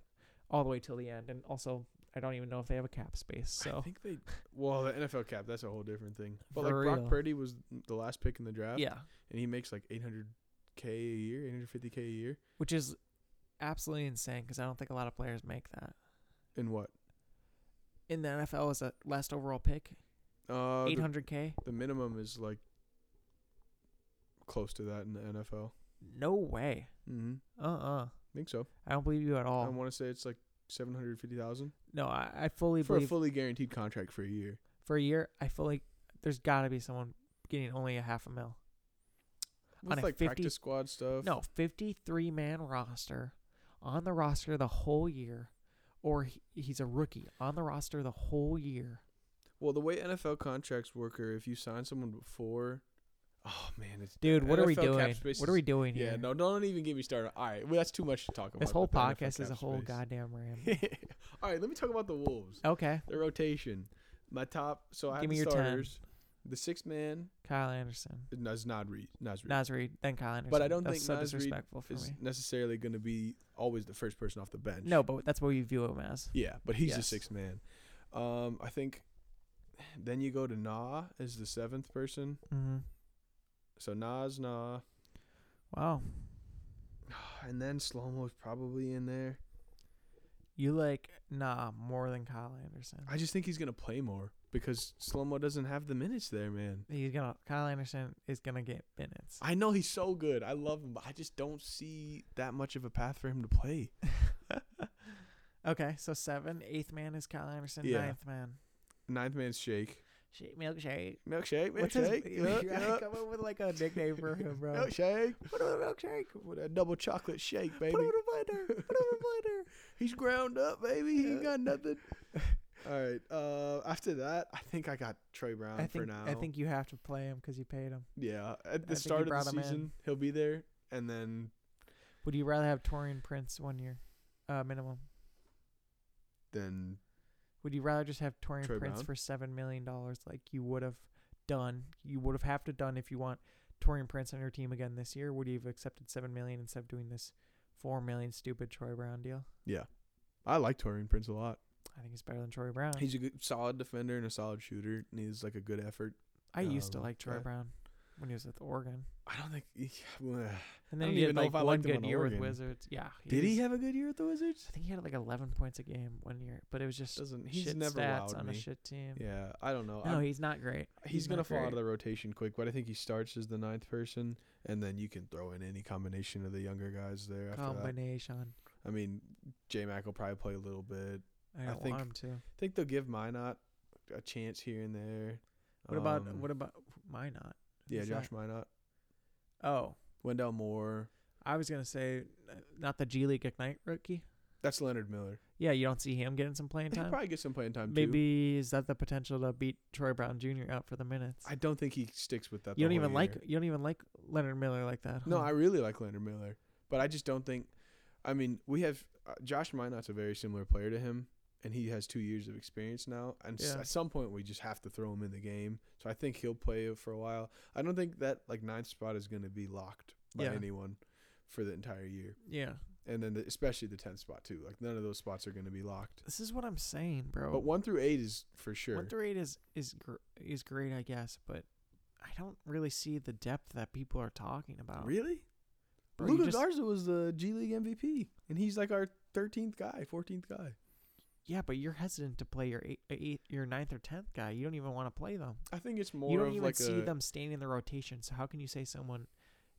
Speaker 1: all the way till the end. And also, I don't even know if they have a cap space.
Speaker 2: I
Speaker 1: So
Speaker 2: think they. Well, the NFL cap that's a whole different thing. But
Speaker 1: For
Speaker 2: like Brock
Speaker 1: real.
Speaker 2: Purdy was the last pick in the draft,
Speaker 1: yeah,
Speaker 2: and he makes like 800k a year, 850k a year.
Speaker 1: which is absolutely insane because I don't think a lot of players make that
Speaker 2: In what?
Speaker 1: in the NFL. Is a last overall pick
Speaker 2: Uh, the-
Speaker 1: 800k?
Speaker 2: the minimum is like close to that in the NFL.
Speaker 1: No way.
Speaker 2: Mm-hmm.
Speaker 1: Uh uh
Speaker 2: I think so.
Speaker 1: I don't believe you at
Speaker 2: I
Speaker 1: all.
Speaker 2: want to say it's like seven hundred fifty thousand
Speaker 1: No, I, I fully
Speaker 2: for a
Speaker 1: believe
Speaker 2: fully guaranteed contract for a year.
Speaker 1: for a year. I fully there's got to be someone getting only a half a mil.
Speaker 2: With
Speaker 1: a
Speaker 2: like
Speaker 1: 50
Speaker 2: practice squad stuff.
Speaker 1: No, 53 man roster on the roster the whole year, or he, he's a rookie on the roster the whole year.
Speaker 2: Well, the way NFL contracts work, are if you sign someone before, oh man, it's
Speaker 1: Dude, what are we
Speaker 2: NFL cap
Speaker 1: doing?
Speaker 2: space
Speaker 1: What are we
Speaker 2: is-
Speaker 1: doing
Speaker 2: Yeah,
Speaker 1: here?
Speaker 2: no, don't even get me started. All right, well, that's too much to talk about.
Speaker 1: this whole
Speaker 2: with the NFL
Speaker 1: podcast is a
Speaker 2: cap
Speaker 1: whole
Speaker 2: space.
Speaker 1: goddamn ram.
Speaker 2: All right, let me talk about the Wolves.
Speaker 1: okay,
Speaker 2: The rotation, my top. So
Speaker 1: Give
Speaker 2: I have
Speaker 1: me
Speaker 2: the
Speaker 1: your 10.
Speaker 2: starters. The sixth man
Speaker 1: Kyle Anderson,
Speaker 2: is Nas Reed. Nas Reed.
Speaker 1: Nas Reed, then Kyle Anderson.
Speaker 2: But I don't
Speaker 1: that's
Speaker 2: think
Speaker 1: so
Speaker 2: Nas Reed
Speaker 1: disrespectful for
Speaker 2: is
Speaker 1: me.
Speaker 2: necessarily going to be always the first person off the bench.
Speaker 1: No, but that's what you view him as.
Speaker 2: Yeah, but he's the
Speaker 1: Yes.
Speaker 2: sixth man. Um, I think. Then you go to Nah as the seventh person.
Speaker 1: Mm-hmm.
Speaker 2: So Nah's Nah,
Speaker 1: Wow,
Speaker 2: and then Slow Mo's probably in there.
Speaker 1: you like nah more than Kyle Anderson.
Speaker 2: I just think he's gonna play more because Slow Mo doesn't have the minutes there, man.
Speaker 1: He's gonna Kyle Anderson is gonna get minutes.
Speaker 2: I know he's so good. I love him, but I just don't see that much of a path for him to play.
Speaker 1: okay, so seven, eighth man is Kyle Anderson.
Speaker 2: Yeah.
Speaker 1: Ninth man,
Speaker 2: Ninth man's Shake.
Speaker 1: shake milkshake.
Speaker 2: Milkshake,
Speaker 1: What's his?
Speaker 2: milkshake.
Speaker 1: you
Speaker 2: yup,
Speaker 1: gotta
Speaker 2: yup.
Speaker 1: come up with like a nickname for him, bro.
Speaker 2: Milkshake.
Speaker 1: Put him in a milkshake.
Speaker 2: With a double chocolate shake, baby.
Speaker 1: Put him in a blender. Put him in
Speaker 2: He's ground up, baby. He ain't
Speaker 1: Yeah.
Speaker 2: got nothing. All right. Uh, after that, I think I got Trey Brown
Speaker 1: a blender. I
Speaker 2: for
Speaker 1: think
Speaker 2: now.
Speaker 1: I think you have to play him because you paid him.
Speaker 2: Yeah,
Speaker 1: I
Speaker 2: at the
Speaker 1: think you
Speaker 2: start of
Speaker 1: brought
Speaker 2: the
Speaker 1: him in.
Speaker 2: season, he'll be there, and then
Speaker 1: Would you rather have Torian Prince one year, uh, minimum?
Speaker 2: then
Speaker 1: Would you rather just have Torian
Speaker 2: Troy
Speaker 1: Prince
Speaker 2: Brown?
Speaker 1: for seven million dollars, like you would have done? You would have have to done if you want Torian Prince on your team again this year. Would you have accepted seven million instead of doing this four million stupid Troy Brown deal?
Speaker 2: I like Torian Prince a lot.
Speaker 1: I think he's better than Troy Brown.
Speaker 2: He's a good, solid defender and a solid shooter. And he's like a good effort.
Speaker 1: I used to
Speaker 2: um,
Speaker 1: like Troy
Speaker 2: yeah.
Speaker 1: Brown when he was with Oregon,
Speaker 2: I don't think.
Speaker 1: and then
Speaker 2: don't
Speaker 1: he had
Speaker 2: even know
Speaker 1: like
Speaker 2: if I
Speaker 1: one
Speaker 2: liked him
Speaker 1: good
Speaker 2: on
Speaker 1: year with
Speaker 2: Oregon.
Speaker 1: Wizards. Yeah,
Speaker 2: Did he
Speaker 1: was-
Speaker 2: have a good year at the Wizards?
Speaker 1: I think he had like eleven points a game one year, but it was just
Speaker 2: Doesn't he's
Speaker 1: shit
Speaker 2: never
Speaker 1: stats
Speaker 2: wowed
Speaker 1: on a
Speaker 2: me.
Speaker 1: shit team.
Speaker 2: Yeah, I don't know.
Speaker 1: No,
Speaker 2: I'm-
Speaker 1: he's not great.
Speaker 2: he's, gonna
Speaker 1: not
Speaker 2: fall out of
Speaker 1: great.
Speaker 2: the rotation quick, but I think he starts as the ninth person, and then you can throw in any combination of the younger guys there.
Speaker 1: Oh,
Speaker 2: After that.
Speaker 1: combination.
Speaker 2: I mean, J Mac will probably play a little bit.
Speaker 1: I don't
Speaker 2: think-
Speaker 1: want him to.
Speaker 2: I think they'll give Minot a chance here and there.
Speaker 1: What about
Speaker 2: Um,
Speaker 1: what about why not?
Speaker 2: yeah,
Speaker 1: Who's
Speaker 2: Josh
Speaker 1: that?
Speaker 2: Minot,
Speaker 1: Oh,
Speaker 2: Wendell Moore.
Speaker 1: I was gonna say uh, not the G League Ignite rookie.
Speaker 2: That's Leonard Miller.
Speaker 1: Yeah, you don't see him getting some playing
Speaker 2: He'll
Speaker 1: time.
Speaker 2: probably get some playing time too.
Speaker 1: Maybe is that the potential to beat Troy Brown Jr. out for the minutes?
Speaker 2: I don't think he sticks with that.
Speaker 1: you
Speaker 2: the
Speaker 1: don't
Speaker 2: whole
Speaker 1: even like
Speaker 2: year.
Speaker 1: you don't even like Leonard Miller like that.
Speaker 2: No,
Speaker 1: huh?
Speaker 2: I really like Leonard Miller, but I just don't think. I mean, we have uh, Josh Minot's a very similar player to him, and he has two years of experience now. And s-
Speaker 1: Yeah.
Speaker 2: at some point, we just have to throw him in the game. So I think he'll play for a while. I don't think that like ninth spot is going to be locked by
Speaker 1: Yeah.
Speaker 2: anyone for the entire year,
Speaker 1: yeah.
Speaker 2: and then the, especially the tenth spot too. Like none of those spots are going to be locked.
Speaker 1: This is what I'm saying, bro.
Speaker 2: But one through eight is for sure.
Speaker 1: One through eight is is gr- is great, I guess, but I don't really see the depth that people are talking about.
Speaker 2: Really?
Speaker 1: Bro, you
Speaker 2: Luca
Speaker 1: just-
Speaker 2: Garza was the G League MVP, and he's like our thirteenth guy, fourteenth guy.
Speaker 1: Yeah, but you're hesitant to play your eight, uh, eight, your ninth or tenth guy. You don't even want to play them.
Speaker 2: I think it's more
Speaker 1: you don't
Speaker 2: of
Speaker 1: even
Speaker 2: like
Speaker 1: see
Speaker 2: a,
Speaker 1: them staying in the rotation. So how can you say someone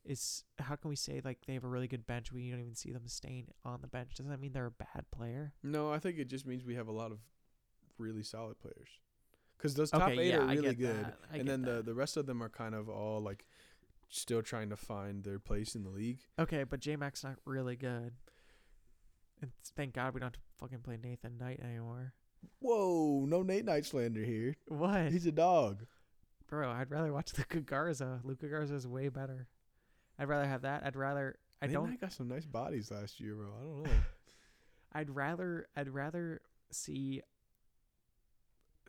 Speaker 1: is? How can we say like they have a really good bench when you don't even see them staying on the bench? Doesn't that mean they're a bad player?
Speaker 2: No, I think it just means we have a lot of really solid players. Because those top
Speaker 1: okay,
Speaker 2: eight
Speaker 1: yeah,
Speaker 2: are
Speaker 1: I
Speaker 2: really
Speaker 1: get
Speaker 2: good,
Speaker 1: that. I
Speaker 2: and
Speaker 1: get
Speaker 2: then the
Speaker 1: that.
Speaker 2: the rest of them are kind of all like still trying to find their place in the league.
Speaker 1: okay, but J Mac's not really good. And s- thank God we don't have to fucking play Nathan Knight anymore.
Speaker 2: Whoa, no Nate Knight slander here.
Speaker 1: What,
Speaker 2: He's a dog.
Speaker 1: bro? I'd rather watch Luca Garza. Luca Garza is way better. I'd rather have that. I'd rather. I
Speaker 2: Nate
Speaker 1: don't.
Speaker 2: Knight got some nice bodies last year, bro. I don't know.
Speaker 1: I'd rather I'd rather see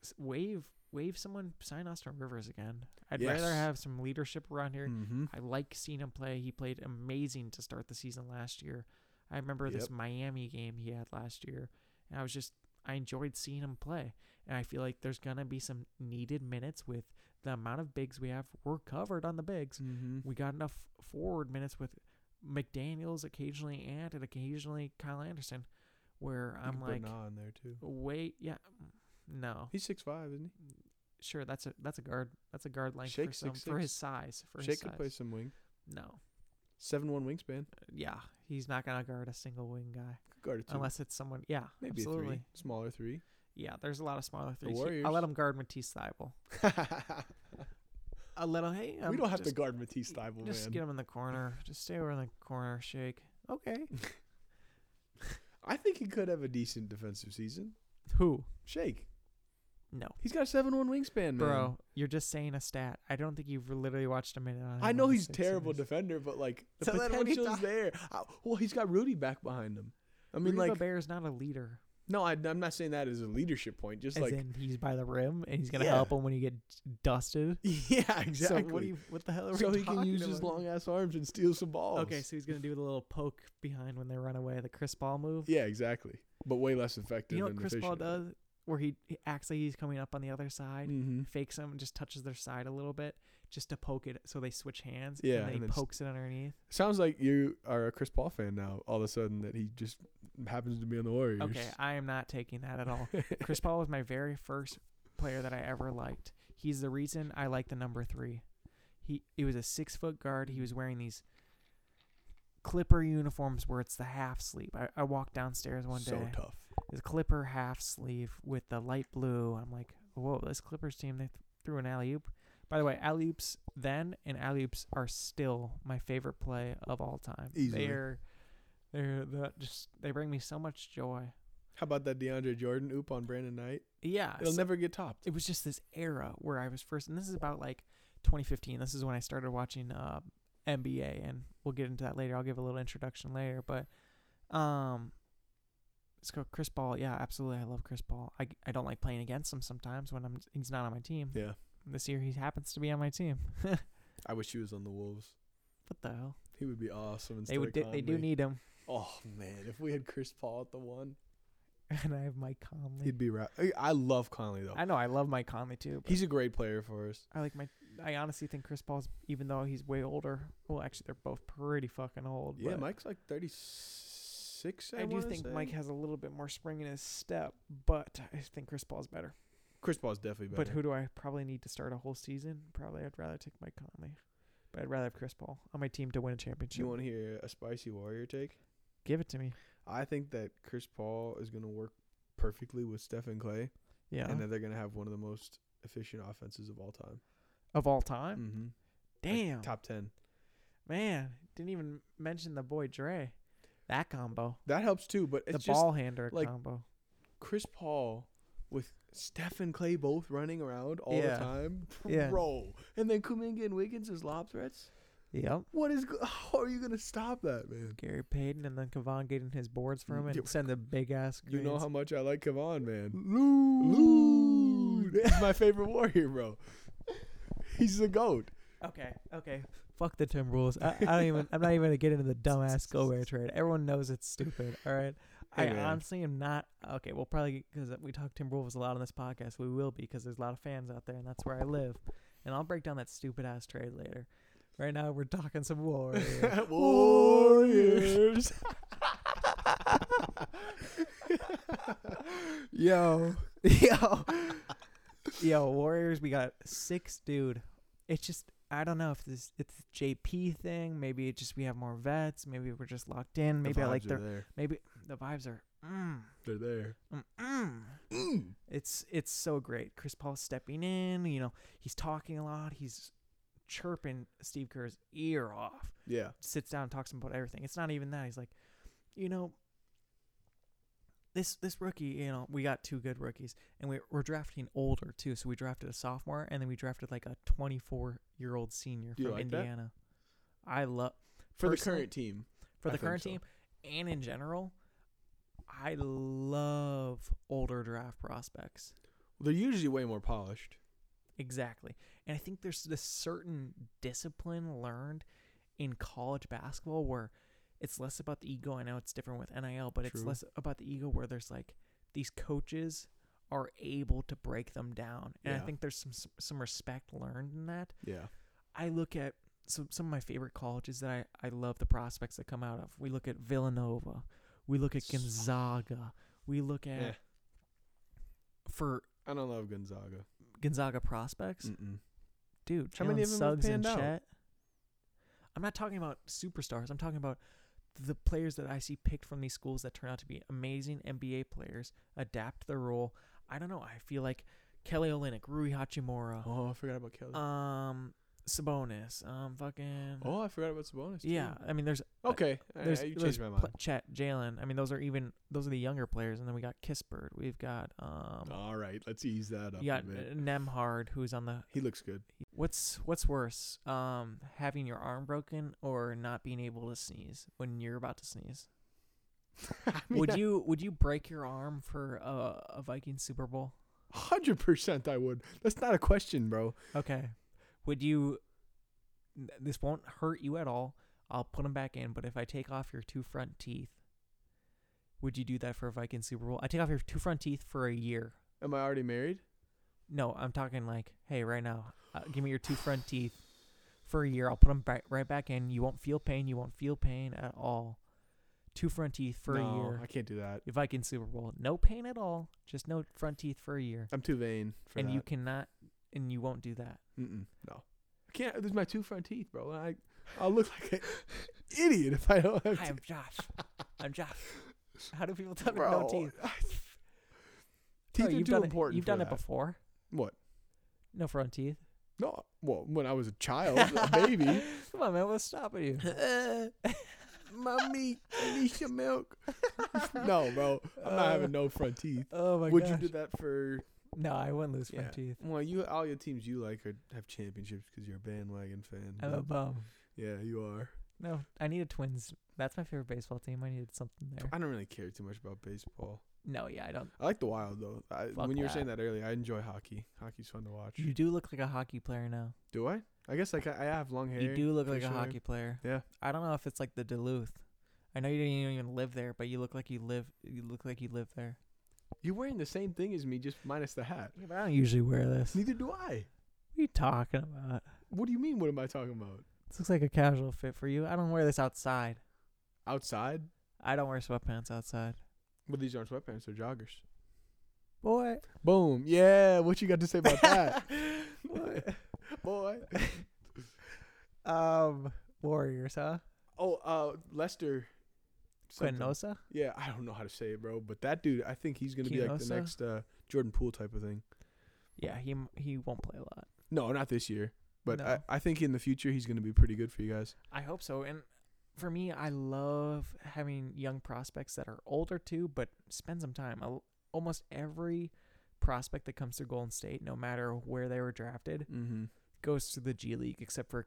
Speaker 1: s- wave wave someone sign Austin Rivers again. I'd rather
Speaker 2: Yes.
Speaker 1: have some leadership around here.
Speaker 2: mm-hmm.
Speaker 1: I like seeing him play. He played amazing to start the season last year. I remember this
Speaker 2: Yep.
Speaker 1: Miami game he had last year, and I was just I enjoyed seeing him play. And I feel like there's gonna be some needed minutes with the amount of bigs we have. We're covered on the bigs.
Speaker 2: Mm-hmm.
Speaker 1: We got enough forward minutes with McDaniels occasionally and and occasionally Kyle Anderson, where I'm like,
Speaker 2: Na in there too.
Speaker 1: wait, yeah, mm, no,
Speaker 2: He's six five, isn't
Speaker 1: sure, that's a that's a guard that's a guard length for
Speaker 2: Shake
Speaker 1: some
Speaker 2: six
Speaker 1: for his
Speaker 2: six.
Speaker 1: size for
Speaker 2: he?
Speaker 1: his
Speaker 2: Shake could
Speaker 1: size.
Speaker 2: play some wing.
Speaker 1: No,
Speaker 2: Seven one wingspan.
Speaker 1: yeah, he's not gonna guard a single wing guy
Speaker 2: Could guard a two.
Speaker 1: unless it's someone. Yeah,
Speaker 2: Maybe
Speaker 1: absolutely.
Speaker 2: a three. Smaller three.
Speaker 1: Yeah, there's a lot of smaller threes. here. I'll
Speaker 2: Warriors.
Speaker 1: let him guard Matisse Thybul. I'll let him. Hey,
Speaker 2: we
Speaker 1: um,
Speaker 2: don't have to
Speaker 1: just-
Speaker 2: guard Matisse Thybul,
Speaker 1: Just
Speaker 2: man.
Speaker 1: get him in the corner. Just stay over in the corner. Shake. Okay.
Speaker 2: I think he could have a decent defensive season.
Speaker 1: Who?
Speaker 2: Shake.
Speaker 1: No.
Speaker 2: He's got a seven one wingspan, man.
Speaker 1: Bro, you're just saying a stat. I don't think you've literally watched a minute on him.
Speaker 2: I know
Speaker 1: on the
Speaker 2: he's a
Speaker 1: Sixers.
Speaker 2: terrible defender, but like the
Speaker 1: So then what do you
Speaker 2: potential's
Speaker 1: talk-
Speaker 2: there. I, well, he's got Rudy back behind him. I mean,
Speaker 1: Rudy
Speaker 2: like,
Speaker 1: Gobert is not a leader.
Speaker 2: no, I, I'm not saying that as a leadership point. Just
Speaker 1: As
Speaker 2: like,
Speaker 1: in, he's by the rim and he's gonna
Speaker 2: Yeah.
Speaker 1: help him when you get dusted.
Speaker 2: yeah, exactly.
Speaker 1: So what do you? What the hell are
Speaker 2: So
Speaker 1: we
Speaker 2: he can
Speaker 1: talking
Speaker 2: use his
Speaker 1: about?
Speaker 2: long ass arms and steal some balls.
Speaker 1: Okay, so he's gonna do the little poke behind when they run away, the Chris Paul move.
Speaker 2: yeah, exactly. But way less effective.
Speaker 1: you know what
Speaker 2: and
Speaker 1: Chris Paul
Speaker 2: efficient.
Speaker 1: does, where he, he acts like he's coming up on the other side,
Speaker 2: Mhm.
Speaker 1: fakes him, and just touches their side a little bit, just to poke it, so they switch hands.
Speaker 2: Yeah,
Speaker 1: and then
Speaker 2: and
Speaker 1: he
Speaker 2: it's-
Speaker 1: pokes it underneath.
Speaker 2: Sounds like you are a Chris Paul fan now. All of a sudden, that he just happens to be on the Warriors.
Speaker 1: Okay, I am not taking that at all. Chris Paul was my very first player that I ever liked. He's the reason I like the number three. He he was a six foot guard. He was wearing these clipper uniforms where it's the half sleeve. I, I walked downstairs one
Speaker 2: so
Speaker 1: day.
Speaker 2: tough.
Speaker 1: This clipper half sleeve with the light blue. I'm like, whoa, this Clippers team they th- threw an alley oop. By the way, alley oops then and alley oops are still my favorite play of all time.
Speaker 2: Easily.
Speaker 1: They're they're the, just they bring me so much joy.
Speaker 2: How about that DeAndre Jordan oop on Brandon Knight?
Speaker 1: Yeah,
Speaker 2: It'll
Speaker 1: so-
Speaker 2: never get topped.
Speaker 1: it was just this era where I was first, and this is about like 2015. This is when I started watching uh, NBA, and we'll get into that later. I'll give a little introduction later, but um, Let's go Chris Paul. Yeah, absolutely. I love Chris Paul. I, I don't like playing against him sometimes when I'm he's not on my team.
Speaker 2: Yeah.
Speaker 1: This year he happens to be on my team. what
Speaker 2: I wish he was on the Wolves.
Speaker 1: the hell?
Speaker 2: He would be awesome. Instead
Speaker 1: They would
Speaker 2: Of
Speaker 1: di- they do
Speaker 2: Conley.
Speaker 1: need him.
Speaker 2: Oh man, if we had Chris Paul at the one,
Speaker 1: And I have Mike Conley.
Speaker 2: he'd be right. I love Conley though.
Speaker 1: I know I love Mike Conley too. But
Speaker 2: He's a great player for us.
Speaker 1: I like my. I honestly think Chris Paul's, even though he's way older. Well, actually, they're both pretty fucking old.
Speaker 2: Yeah,
Speaker 1: but
Speaker 2: Mike's like thirty six.
Speaker 1: I, do think Mike has a little bit more spring in his step, but I think Chris Paul's better.
Speaker 2: Chris Paul's definitely better.
Speaker 1: But who do I probably need to start a whole season? Probably I'd rather take Mike Conley, but I'd rather have Chris Paul on my team to win a
Speaker 2: Do
Speaker 1: championship.
Speaker 2: you want to hear a spicy warrior take?
Speaker 1: Give it to me.
Speaker 2: I think that Chris Paul is going to work perfectly with Stephen Clay,
Speaker 1: Yeah,
Speaker 2: and that they're going to have one of the most efficient offenses of all time.
Speaker 1: of all time.
Speaker 2: Mm-hmm.
Speaker 1: Damn,
Speaker 2: top ten.
Speaker 1: man, didn't even mention the boy Dre. That combo,
Speaker 2: That helps too, but it's
Speaker 1: the
Speaker 2: just
Speaker 1: ball hander
Speaker 2: like,
Speaker 1: combo.
Speaker 2: Chris Paul with Steph and Clay both running around all
Speaker 1: Yeah.
Speaker 2: the time,
Speaker 1: Yeah.
Speaker 2: bro. And then Kuminga and Wiggins as lob threats.
Speaker 1: Yep.
Speaker 2: What is? go- How are you going to stop that, man?
Speaker 1: Gary Payton and then Kevon getting his boards from him
Speaker 2: Yeah.
Speaker 1: and send the big ass.
Speaker 2: Mm, You know how much I like Kevon, man.
Speaker 1: Lou.
Speaker 2: He's my favorite warrior, bro. He's the goat.
Speaker 1: Okay, okay. Fuck the Timberwolves. I, I don't even. I'm not even gonna get into the dumbass Gobert trade. Everyone knows it's stupid. All right.
Speaker 2: Hey,
Speaker 1: I
Speaker 2: man.
Speaker 1: honestly am not. Okay, we'll probably because we talk Timberwolves a lot on this podcast. We will be because there's a lot of fans out there, and that's where I live. And I'll break down that stupid ass trade later. Right now, we're talking some warriors.
Speaker 2: Warriors.
Speaker 1: Yo, yo, yo, Warriors. We got six, dude. It's just I don't know if this it's the JP thing. Maybe it just we have more vets. Maybe we're just locked in. Maybe I like
Speaker 2: they're
Speaker 1: their
Speaker 2: there.
Speaker 1: maybe the vibes are. Mm,
Speaker 2: They're there.
Speaker 1: mm, mm. It's it's so great. Chris Paul's stepping in. You know he's talking a lot. He's chirping Steve Kerr's ear off
Speaker 2: Yeah.
Speaker 1: sits down and talks about everything. It's not even that. He's like, you know, this this rookie, you know, we got two good rookies, and we we're drafting older too. So we drafted a sophomore, and then we drafted like a 24 year old senior
Speaker 2: You
Speaker 1: from
Speaker 2: like that?
Speaker 1: Indiana. I love
Speaker 2: For
Speaker 1: Personally-
Speaker 2: the current team.
Speaker 1: for
Speaker 2: I
Speaker 1: the
Speaker 2: think
Speaker 1: current
Speaker 2: so.
Speaker 1: team and in general. I love older draft prospects.
Speaker 2: They're usually way more polished.
Speaker 1: Exactly. And I think there's this certain discipline learned in college basketball where it's less about the ego. I know it's different with NIL, but it's
Speaker 2: True.
Speaker 1: less about the ego where there's like these coaches are able to break them down. And I
Speaker 2: Yeah.
Speaker 1: think there's some some respect learned in that.
Speaker 2: Yeah.
Speaker 1: I look at some some of my favorite colleges that I, I love the prospects that come out of. We look at Villanova. We look at
Speaker 2: S-
Speaker 1: Gonzaga. We look at
Speaker 2: Eh.
Speaker 1: for
Speaker 2: I don't love Gonzaga.
Speaker 1: Gonzaga prospects.
Speaker 2: Mm-mm.
Speaker 1: dude,
Speaker 2: Mm. How many
Speaker 1: Jalen
Speaker 2: of 'em have
Speaker 1: Suggs and
Speaker 2: panned out?
Speaker 1: Chet. I'm not talking about superstars. I'm talking about the players that I see picked from these schools that turn out to be amazing NBA players, adapt their role. I don't know. I feel like Kelly Olynyk, Rui Hachimura,
Speaker 2: Oh, I forgot about Kelly.
Speaker 1: um, Sabonis, um, fucking.
Speaker 2: oh, I forgot about Sabonis. too.
Speaker 1: yeah, I mean, there's
Speaker 2: Okay. All
Speaker 1: there's
Speaker 2: right, you
Speaker 1: there's
Speaker 2: changed my mind.
Speaker 1: pl- Chet, Jalen. I mean, those are even those are the younger players, and then we got Kispert. We've got um,
Speaker 2: All right. Let's ease that up
Speaker 1: you got uh,
Speaker 2: a bit.
Speaker 1: Nemhard, who's on the
Speaker 2: He looks good.
Speaker 1: What's what's worse, um, having your arm broken or not being able to sneeze when you're about to sneeze?
Speaker 2: I
Speaker 1: Would you would you break your arm for a, a Viking Super Bowl?
Speaker 2: Hundred percent, I would. That's not a question, bro.
Speaker 1: Okay, would you? n- This won't hurt you at all. I'll put them back in, but if I take off your two front teeth, would you do that for a Viking Super Bowl? I take off your two front teeth for a year.
Speaker 2: Am I already married?
Speaker 1: No, I'm talking like, hey, right now, uh, give me your two front teeth for a year. I'll put them back, right back in. You won't feel pain. You won't feel pain at all. Two front teeth for
Speaker 2: no,
Speaker 1: a year.
Speaker 2: I can't do that.
Speaker 1: If I can Super Bowl, no pain at all. Just no front teeth for a year,
Speaker 2: I'm too vain for
Speaker 1: and
Speaker 2: that.
Speaker 1: you cannot, and you won't do that.
Speaker 2: Mm-mm, no, I can't. There's my two front teeth, bro. I I'll look like an idiot if I don't have.
Speaker 1: Hi,
Speaker 2: teeth.
Speaker 1: I'm Josh. I'm Josh. How do people talk
Speaker 2: bro.
Speaker 1: about no teeth?
Speaker 2: teeth
Speaker 1: Oh,
Speaker 2: are
Speaker 1: you've
Speaker 2: too
Speaker 1: done
Speaker 2: important.
Speaker 1: It, you've
Speaker 2: for
Speaker 1: done
Speaker 2: that.
Speaker 1: it before.
Speaker 2: What?
Speaker 1: No front teeth.
Speaker 2: No. Well, when I was a child, a baby.
Speaker 1: Come on, man. What's stopping you?
Speaker 2: Mommy, I need your milk. no, bro. I'm not having no front teeth.
Speaker 1: Oh my
Speaker 2: Would
Speaker 1: gosh.
Speaker 2: you do that for
Speaker 1: no, I wouldn't lose front
Speaker 2: Yeah.
Speaker 1: teeth.
Speaker 2: Well, you all
Speaker 1: Oh.
Speaker 2: your teams you like are, have championships because you're a bandwagon fan.
Speaker 1: I'm a
Speaker 2: but-
Speaker 1: bum.
Speaker 2: yeah, you are.
Speaker 1: No, I need a Twins. That's my favorite baseball team. I needed something there.
Speaker 2: I don't really care too much about baseball.
Speaker 1: No, yeah, I don't.
Speaker 2: I like the Wild though. I,
Speaker 1: Fuck
Speaker 2: when you were
Speaker 1: that.
Speaker 2: saying that earlier, I enjoy hockey. Hockey's fun to watch.
Speaker 1: You do look like a hockey player now.
Speaker 2: do I? I guess like I, I have long hair.
Speaker 1: You do look like a
Speaker 2: facial hair.
Speaker 1: hockey player.
Speaker 2: Yeah.
Speaker 1: I don't know if it's like the Duluth. I know you didn't even live there, but you look like you live. You look like you live there.
Speaker 2: You're wearing the same thing as me, just minus the hat.
Speaker 1: Yeah, but I don't usually wear this. What
Speaker 2: Neither do I.
Speaker 1: are you talking about?
Speaker 2: What do you mean? What am I talking about?
Speaker 1: This looks like a casual fit for you. I don't wear this outside.
Speaker 2: Outside?
Speaker 1: I don't wear sweatpants outside.
Speaker 2: Well, these aren't sweatpants; they're joggers.
Speaker 1: Boy.
Speaker 2: Boom. Yeah. What you got to say about that, boy?
Speaker 1: um, Warriors, huh?
Speaker 2: Oh, uh, Lester. something.
Speaker 1: Quinosa?
Speaker 2: Yeah, I don't know how to say it, bro. But that dude, I think he's gonna be like
Speaker 1: Quinosa?
Speaker 2: the next uh, Jordan Poole type of thing.
Speaker 1: Yeah, he m- he won't play a lot.
Speaker 2: No, not this year. But
Speaker 1: No.
Speaker 2: I, I think in the future he's gonna be pretty good for you guys.
Speaker 1: I hope so. And for me, I love having young prospects that are older too, but spend some time. Al- Almost every prospect that comes to Golden State, no matter where they were drafted,
Speaker 2: Mm-hmm.
Speaker 1: goes to the G League, except for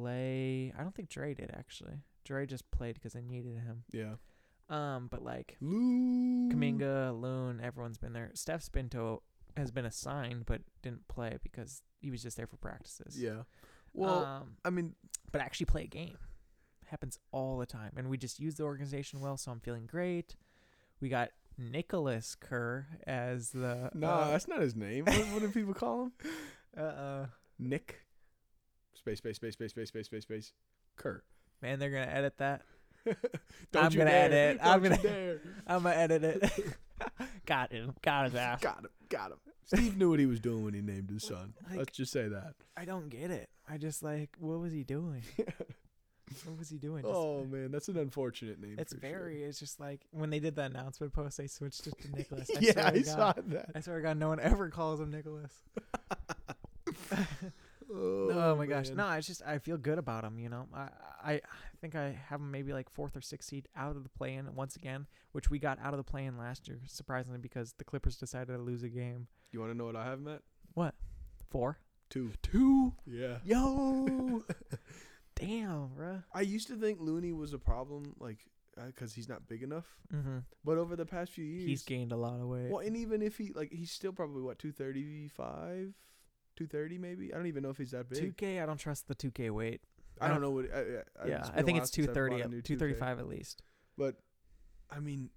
Speaker 1: Clay. I don't think Dre did actually. Dre just played because they needed him.
Speaker 2: Yeah.
Speaker 1: Um, but like
Speaker 2: Lou.
Speaker 1: Kaminga, Loon, everyone's been there. Steph's been to has been assigned but didn't play because he was just there for practices.
Speaker 2: Yeah. Well,
Speaker 1: um,
Speaker 2: I mean,
Speaker 1: but actually play a game. Happens all the time. And we just use the organization well, so I'm feeling great. We got Nicholas Kerr as the
Speaker 2: no, that's not his name. What, what do people call him?
Speaker 1: uh uh
Speaker 2: Nick. Space, space, space, space, space, space, space, space. Kerr.
Speaker 1: man, they're gonna edit that.
Speaker 2: Don't
Speaker 1: I'm
Speaker 2: you
Speaker 1: gonna
Speaker 2: dare.
Speaker 1: edit. I'm
Speaker 2: Don't you
Speaker 1: gonna-
Speaker 2: dare.
Speaker 1: I'm gonna edit it. got him. Got his ass.
Speaker 2: Got him. Got him. Steve knew what he was doing when he named his son.
Speaker 1: Like-
Speaker 2: Let's just say that.
Speaker 1: I don't get it. I just like what was he doing? What was he doing? Just-
Speaker 2: oh man, that's an unfortunate name.
Speaker 1: it's
Speaker 2: for sure.
Speaker 1: very it's just like when they did the announcement post they switched it to Nicholas. I swear
Speaker 2: yeah,
Speaker 1: to
Speaker 2: I
Speaker 1: God.
Speaker 2: saw that.
Speaker 1: I swear to God, no one ever calls him Nicholas.
Speaker 2: Oh,
Speaker 1: Oh my gosh.
Speaker 2: man.
Speaker 1: No, it's just I feel good about him, you know. I I I think I have him maybe like fourth or sixth seed out of the play in once again, which we got out of the play in last year, surprisingly, because the Clippers decided to lose a game.
Speaker 2: You want to know what I have, Matt?
Speaker 1: Four.
Speaker 2: Two. Two. Yeah.
Speaker 1: Yo Damn, bruh.
Speaker 2: I used to think Looney was a problem, like, because he's not big enough.
Speaker 1: Mm-hmm.
Speaker 2: But over the past few years,
Speaker 1: He's gained a lot of weight.
Speaker 2: well, and even if he like, he's still probably what two thirty five, two thirty maybe. I don't even know if he's that big.
Speaker 1: Two K, I don't trust the two K weight.
Speaker 2: I don't know what. I, I,
Speaker 1: yeah,
Speaker 2: Uh, been
Speaker 1: I
Speaker 2: a
Speaker 1: think
Speaker 2: while
Speaker 1: it's two
Speaker 2: since I've bought
Speaker 1: thirty,
Speaker 2: a new 2K.
Speaker 1: two thirty five at least.
Speaker 2: But I mean,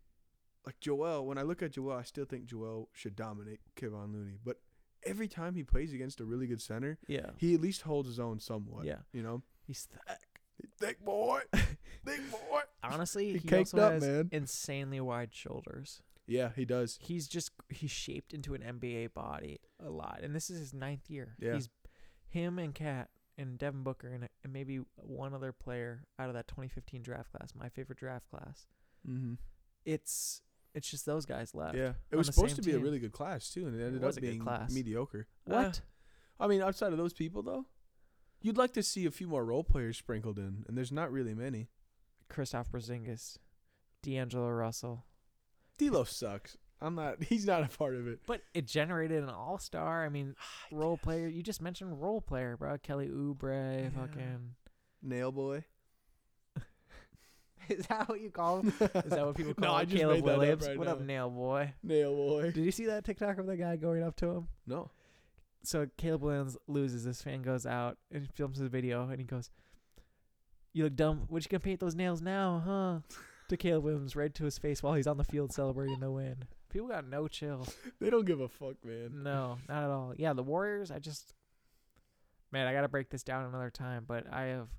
Speaker 2: like Joel, when I look at Joel, I still think Joel should dominate Kevon Looney. But every time he plays against a really good center,
Speaker 1: Yeah,
Speaker 2: he at least holds his own somewhat.
Speaker 1: yeah.
Speaker 2: You know,
Speaker 1: He's
Speaker 2: uh,
Speaker 1: th-
Speaker 2: thick boy, thick boy.
Speaker 1: honestly
Speaker 2: He
Speaker 1: he,
Speaker 2: caked
Speaker 1: also
Speaker 2: up,
Speaker 1: has
Speaker 2: man.
Speaker 1: insanely wide shoulders.
Speaker 2: Yeah, he does.
Speaker 1: he's just he's shaped into an NBA body a lot, and this is his ninth year.
Speaker 2: Yeah.
Speaker 1: He's him and Cat and Devin Booker and, and maybe one other player out of that 2015 draft class, my favorite draft class.
Speaker 2: Mm-hmm.
Speaker 1: It's it's just those guys left.
Speaker 2: Yeah,
Speaker 1: Uh,
Speaker 2: it
Speaker 1: on
Speaker 2: was
Speaker 1: the
Speaker 2: supposed
Speaker 1: same
Speaker 2: to be a
Speaker 1: team.
Speaker 2: really good class too, and it ended
Speaker 1: was a
Speaker 2: up
Speaker 1: good
Speaker 2: being
Speaker 1: class.
Speaker 2: mediocre.
Speaker 1: What?
Speaker 2: I mean, outside of those people though, you'd like to see a few more role players sprinkled in, and there's not really many.
Speaker 1: Christoph Porzingis, D'Angelo Russell.
Speaker 2: D'Lo sucks. I'm not. He's not a part of it.
Speaker 1: But it generated an all star. I mean, role player. You just mentioned role player, bro. Kelly Oubre,
Speaker 2: Yeah.
Speaker 1: fucking.
Speaker 2: Nail boy.
Speaker 1: Is that what you call him? Is that what people
Speaker 2: No,
Speaker 1: call
Speaker 2: I
Speaker 1: him?
Speaker 2: just
Speaker 1: Caleb
Speaker 2: made that up
Speaker 1: Williams?
Speaker 2: right
Speaker 1: what up,
Speaker 2: now.
Speaker 1: nail boy?
Speaker 2: Nail boy.
Speaker 1: Did you see that TikTok of the guy going up to him?
Speaker 2: No.
Speaker 1: So Caleb Williams loses. This fan goes out and films his video, and he goes, "You look dumb. What you gonna paint those nails now, huh?" To Caleb Williams, right to his face while he's on the field celebrating the win. People got no chill.
Speaker 2: They don't give a fuck, man.
Speaker 1: No, not at all. Yeah, the Warriors. I just, man, I gotta break this down another time. But I have,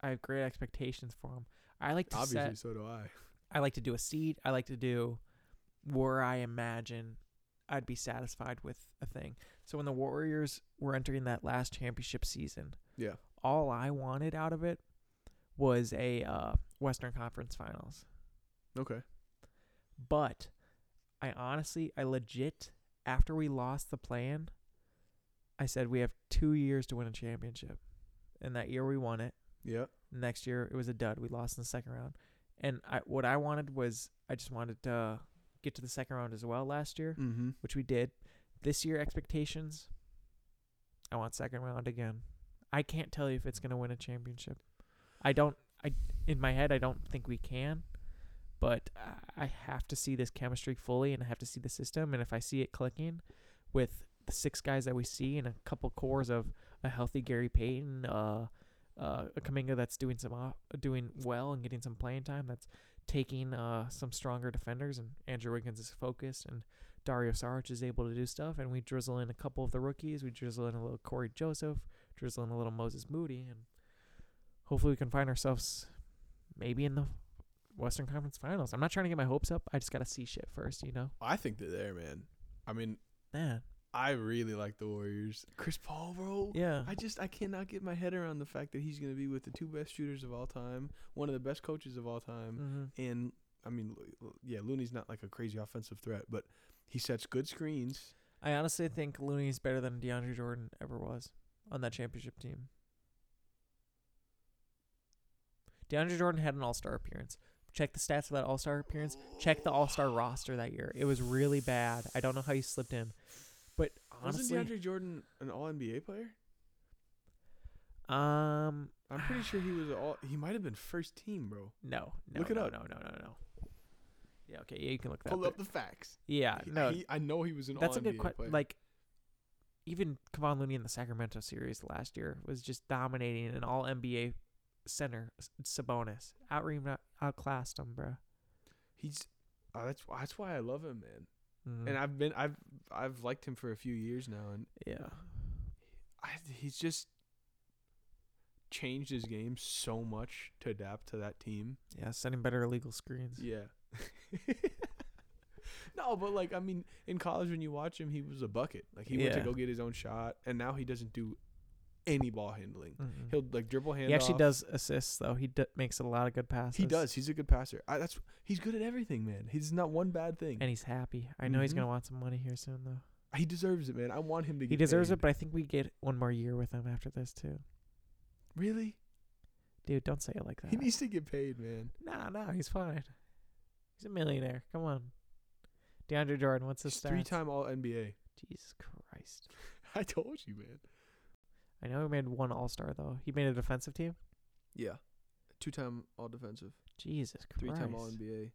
Speaker 1: I have great expectations for him. I like to set
Speaker 2: Obviously, so do I.
Speaker 1: I like to do a seed. I like to do where I imagine I'd be satisfied with a thing. So when the Warriors were entering that last championship season,
Speaker 2: Yeah.
Speaker 1: all I wanted out of it was a uh, Western Conference Finals.
Speaker 2: Okay.
Speaker 1: But I honestly, I legit, after we lost the plan, I said we have two years to win a championship, and that year we won it
Speaker 2: Yeah.
Speaker 1: next year it was a dud. We lost in the second round. And I what I wanted was I just wanted to get to the second round as well last year,
Speaker 2: Mm-hmm.
Speaker 1: which we did. This year expectations I want second round again. I can't tell you if it's going to win a championship. I don't. I in my head, I don't think we can. But I- I have to see this chemistry fully, and I have to see the system. And if I see it clicking, with the six guys that we see and a couple cores of a healthy Gary Payton, uh, uh, a Kaminga that's doing some uh, doing well and getting some playing time, that's taking uh, some stronger defenders, and Andrew Wiggins is focused, and Dario Saric is able to do stuff, and we drizzle in a couple of the rookies, we drizzle in a little Corey Joseph, drizzle in a little Moses Moody, and hopefully we can find ourselves maybe in the Western Conference Finals. I'm not trying to get my hopes up. I just gotta see shit first, you know.
Speaker 2: I think they're there, man. I mean,
Speaker 1: Man,
Speaker 2: I really like the Warriors. Chris Paul, bro.
Speaker 1: yeah.
Speaker 2: I just I cannot get my head around the fact that he's going to be with the two best shooters of all time, one of the best coaches of all time,
Speaker 1: mm-hmm.
Speaker 2: and I mean, Lo- Lo- yeah, Looney's not like a crazy offensive threat, but he sets good screens.
Speaker 1: I honestly think Looney's better than DeAndre Jordan ever was on that championship team. DeAndre Jordan had an All Star appearance. Check the stats of that All Star appearance. Check the All Star roster that year. It was really bad. I don't know how he slipped in, but honestly,
Speaker 2: Wasn't DeAndre Jordan an All NBA player?
Speaker 1: um,
Speaker 2: I'm pretty sure he was all. He might have been first team, bro.
Speaker 1: no, no,
Speaker 2: Look it
Speaker 1: no,
Speaker 2: up.
Speaker 1: No, no, no, no. Yeah, okay, yeah, you can look that
Speaker 2: Pull
Speaker 1: up.
Speaker 2: up the facts.
Speaker 1: yeah,
Speaker 2: He-
Speaker 1: no,
Speaker 2: he- I know he was an
Speaker 1: That's
Speaker 2: All
Speaker 1: a good
Speaker 2: NBA
Speaker 1: question.
Speaker 2: player.
Speaker 1: Like, even Kevon Looney in the Sacramento series last year was just dominating an All NBA center, S- Sabonis, out outclassed him, bro.
Speaker 2: he's. Oh, that's why- that's why I love him, man.
Speaker 1: Mhm.
Speaker 2: And I've been I've I've liked him for a few years now, and
Speaker 1: yeah,
Speaker 2: I, he's just changed his game so much to adapt to that team.
Speaker 1: yeah, sending better illegal screens.
Speaker 2: Yeah. no, but like I mean, in college when you watch him, he was a bucket. Like he went to
Speaker 1: Yeah.
Speaker 2: go get his own shot, and now he doesn't do any ball handling.
Speaker 1: Mhm.
Speaker 2: He'll like dribble hand.
Speaker 1: He actually does assists though. He d- makes a lot of good passes.
Speaker 2: He does. He's a good passer. I, that's he's good at everything, man. He's not one bad thing.
Speaker 1: and he's happy. I know he's
Speaker 2: Mhm.
Speaker 1: gonna want some money here soon though.
Speaker 2: he deserves it, man. I want him to. get
Speaker 1: Mm-hmm. He deserves
Speaker 2: paid.
Speaker 1: it, but I think we get one more year with him after this too.
Speaker 2: Really,
Speaker 1: Dude, don't say it like that.
Speaker 2: he needs to get paid, man.
Speaker 1: Nah, nah, he's fine. He's a millionaire. Come on. DeAndre Jordan, what's his
Speaker 2: He's
Speaker 1: stats?
Speaker 2: three-time All NBA.
Speaker 1: Jesus Christ.
Speaker 2: I told you, man.
Speaker 1: I know he made one All Star though. He made a defensive team.
Speaker 2: Yeah, two-time All Defensive,
Speaker 1: Jesus Christ.
Speaker 2: three-time All NBA,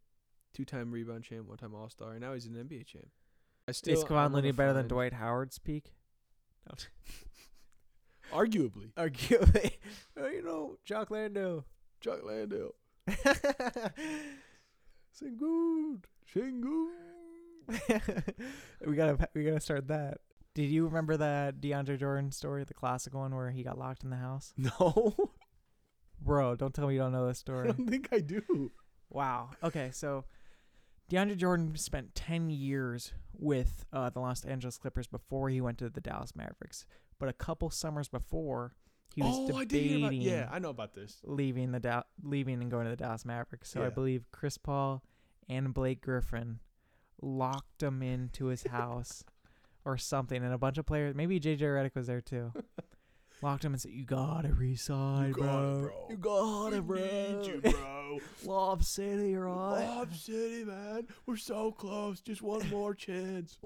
Speaker 2: two-time rebound champ, one-time All Star, and now he's an NBA champ. I still
Speaker 1: Is
Speaker 2: I
Speaker 1: Kevon
Speaker 2: wanna
Speaker 1: Looney better than
Speaker 2: find-
Speaker 1: Dwight Howard's peak?
Speaker 2: Arguably, Uh,
Speaker 1: Arguably, you know, Jock Lando.
Speaker 2: Chuck Landell.
Speaker 1: we
Speaker 2: Sing good, sing good.
Speaker 1: gotta we gotta start that. Did you remember that DeAndre Jordan story, the classic one where he got locked in the house?
Speaker 2: No,
Speaker 1: Bro, don't tell me you don't know this
Speaker 2: I
Speaker 1: story.
Speaker 2: don't think I do.
Speaker 1: Wow. Okay, so DeAndre Jordan spent 10 years with uh, the Los Angeles Clippers before he went to the Dallas Mavericks. But a couple summers before, he was
Speaker 2: oh, I did
Speaker 1: debating
Speaker 2: hear about. Yeah, I know about this.
Speaker 1: leaving the Dow- leaving and going to the Dallas Mavericks. So I
Speaker 2: Yeah.
Speaker 1: believe Chris Paul and Blake Griffin locked him into his house or something, and a bunch of players, maybe JJ Redick was there too, locked him and said, "You gotta resign,
Speaker 2: You got
Speaker 1: bro.
Speaker 2: it, bro.
Speaker 1: You got
Speaker 2: We
Speaker 1: it, bro.
Speaker 2: need you, bro.
Speaker 1: Lob City, right?
Speaker 2: Lob City, man. We're so close. Just one more chance.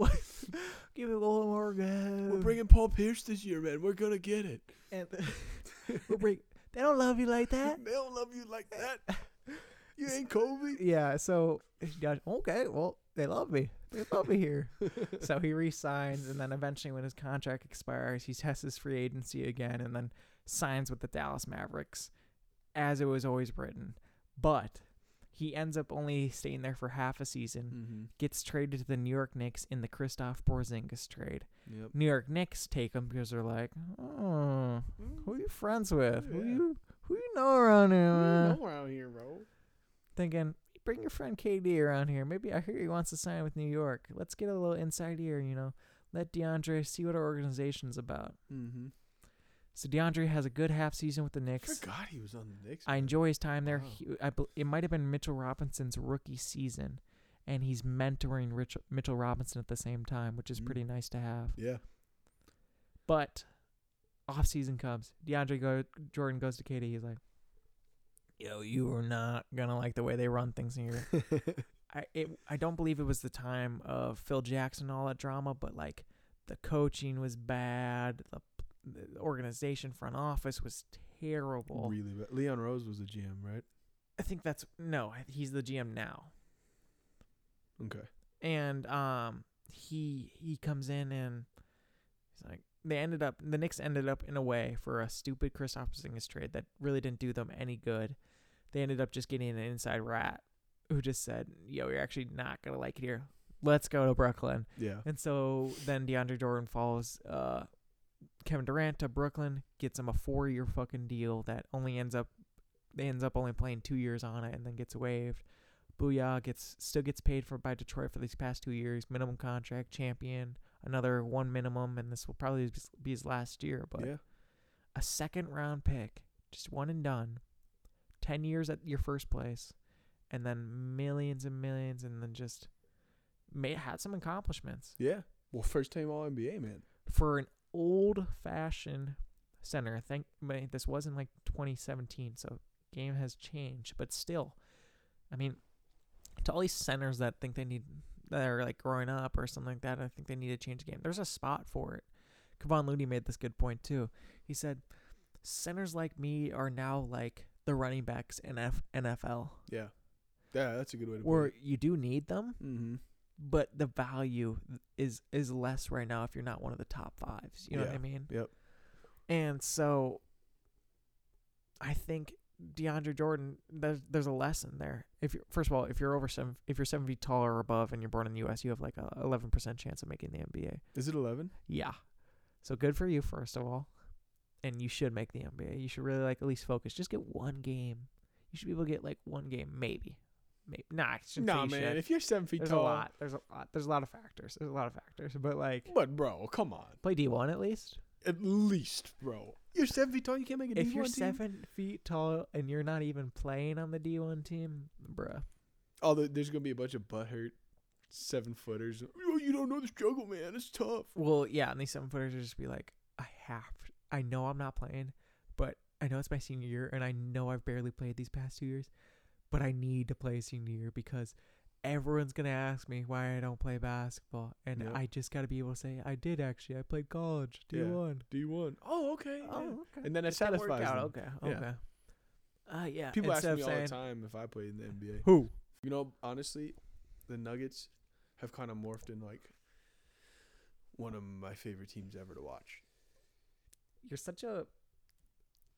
Speaker 1: Give it one more go.
Speaker 2: We're bringing Paul Pierce this year, man. We're gonna get it.
Speaker 1: And we'll bring. They don't love you like that.
Speaker 2: They don't love you like that. You ain't Kobe.
Speaker 1: Yeah. So yeah, okay. Well, they love me. They love me here. so he resigns, and then eventually, when his contract expires, he tests his free agency again, and then signs with the Dallas Mavericks, as it was always written. But he ends up only staying there for half a season.
Speaker 2: Mm-hmm.
Speaker 1: Gets traded to the New York Knicks in the Kristaps Porzingis trade.
Speaker 2: Yep.
Speaker 1: New York Knicks take him because they're like, oh,
Speaker 2: Mm.
Speaker 1: who you uh, friends with? Who
Speaker 2: Yeah.
Speaker 1: you who you know around here, man?
Speaker 2: around here, bro.
Speaker 1: Thinking, bring your friend KD around here. Maybe I hear he wants to sign with New York. Let's get a little inside ear, you know. Let DeAndre see what our organization's about.
Speaker 2: Mm-hmm.
Speaker 1: So DeAndre has a good half season with the
Speaker 2: I
Speaker 1: Knicks.
Speaker 2: forgot he was on the Knicks.
Speaker 1: I enjoy his time there.
Speaker 2: Wow.
Speaker 1: He, I, bel- it might have been Mitchell Robinson's rookie season, and he's mentoring Rich, Mitchell Robinson at the same time, which is
Speaker 2: Mm.
Speaker 1: pretty nice to have.
Speaker 2: Yeah.
Speaker 1: But off season comes. DeAndre go- Jordan goes to KD. He's like, "Yo, you are not gonna like the way they run things here." I it, I don't believe it was the time of Phil Jackson and all that drama, but like the coaching was bad. The the organization front office was terrible.
Speaker 2: Really bad. Leon Rose was the GM, right?
Speaker 1: I think that's no, I- he's the GM now.
Speaker 2: Okay.
Speaker 1: and um he he comes in and he's like they ended up the Knicks ended up in a way for a stupid Kristaps Porzingis trade that really didn't do them any good. They ended up just getting an inside rat who just said, "Yo, you're actually not gonna like it here. Let's go to Brooklyn."
Speaker 2: Yeah.
Speaker 1: And so then DeAndre Jordan follows uh, Kevin Durant to Brooklyn, gets him a four-year fucking deal that only ends up they ends up only playing two years on it and then gets waived. Booyah gets still gets paid for by Detroit for these past two years, minimum contract, champion, another one minimum, and this will probably just be his last year. But
Speaker 2: yeah.
Speaker 1: a second round pick, just one and done, ten years at your first place, and then millions and millions, and then just may had some accomplishments
Speaker 2: Yeah. Well, first team All NBA, man.
Speaker 1: for an old fashioned center. I think may- this was in like 2017, so game has changed, but still, I mean, to all these centers that think they need that are like growing up or something like that, I think they need to change the game. There's a spot for it. Kevon Looney made this good point too. He said, "Centers like me are now like the running backs in F- NFL,
Speaker 2: Yeah. Yeah, that's a good way to
Speaker 1: where
Speaker 2: put
Speaker 1: you do need them,
Speaker 2: it. Mm-hmm.
Speaker 1: but the value is is less right now if you're not one of the top fives. You know what I
Speaker 2: Yeah.
Speaker 1: mean?
Speaker 2: Yep.
Speaker 1: And so I think DeAndre Jordan, there's there's a lesson there. If you're first of all, if you're over seven, if you're seven feet tall or above, and you're born in the U.S., you have like a eleven percent chance of making the NBA.
Speaker 2: Is it 11?
Speaker 1: Yeah, so good for you, first of all, and you should make the NBA. You should really like at least focus. Just get one game. You should be able to get like one game, maybe. Maybe nah, I shouldn't say
Speaker 2: Nah,
Speaker 1: you
Speaker 2: man.
Speaker 1: should.
Speaker 2: If you're seven feet
Speaker 1: There's
Speaker 2: tall,
Speaker 1: a lot. There's a lot. There's a lot of factors. There's a lot of factors. But like,
Speaker 2: but bro, come on.
Speaker 1: play D one at least.
Speaker 2: At least, bro. You're seven feet tall. You can't make a
Speaker 1: if
Speaker 2: D1
Speaker 1: you're
Speaker 2: team?
Speaker 1: seven feet tall and you're not even playing on the D1 team, bruh.
Speaker 2: Although there's gonna be a bunch of butthurt seven footers. Oh, you don't know the struggle, man. It's tough.
Speaker 1: Well, yeah, and these seven footers will just be like, I have, I know I'm not playing, but I know it's my senior year, and I know I've barely played these past two years, but I need to play senior year because everyone's gonna ask me why I don't play basketball, and
Speaker 2: Yep.
Speaker 1: I just gotta be able to say I did actually. I played college
Speaker 2: Yeah.
Speaker 1: D1.
Speaker 2: D one. Oh, okay. yeah.
Speaker 1: Oh, okay.
Speaker 2: And then it
Speaker 1: It didn't work
Speaker 2: satisfies
Speaker 1: out,
Speaker 2: them.
Speaker 1: Okay,
Speaker 2: Yeah.
Speaker 1: okay. Uh, yeah.
Speaker 2: People
Speaker 1: instead
Speaker 2: ask me
Speaker 1: of
Speaker 2: all
Speaker 1: saying,
Speaker 2: the time if I played in the NBA.
Speaker 1: Who?
Speaker 2: You know, honestly, the Nuggets have kind of morphed in like one of my favorite teams ever to watch.
Speaker 1: You're such a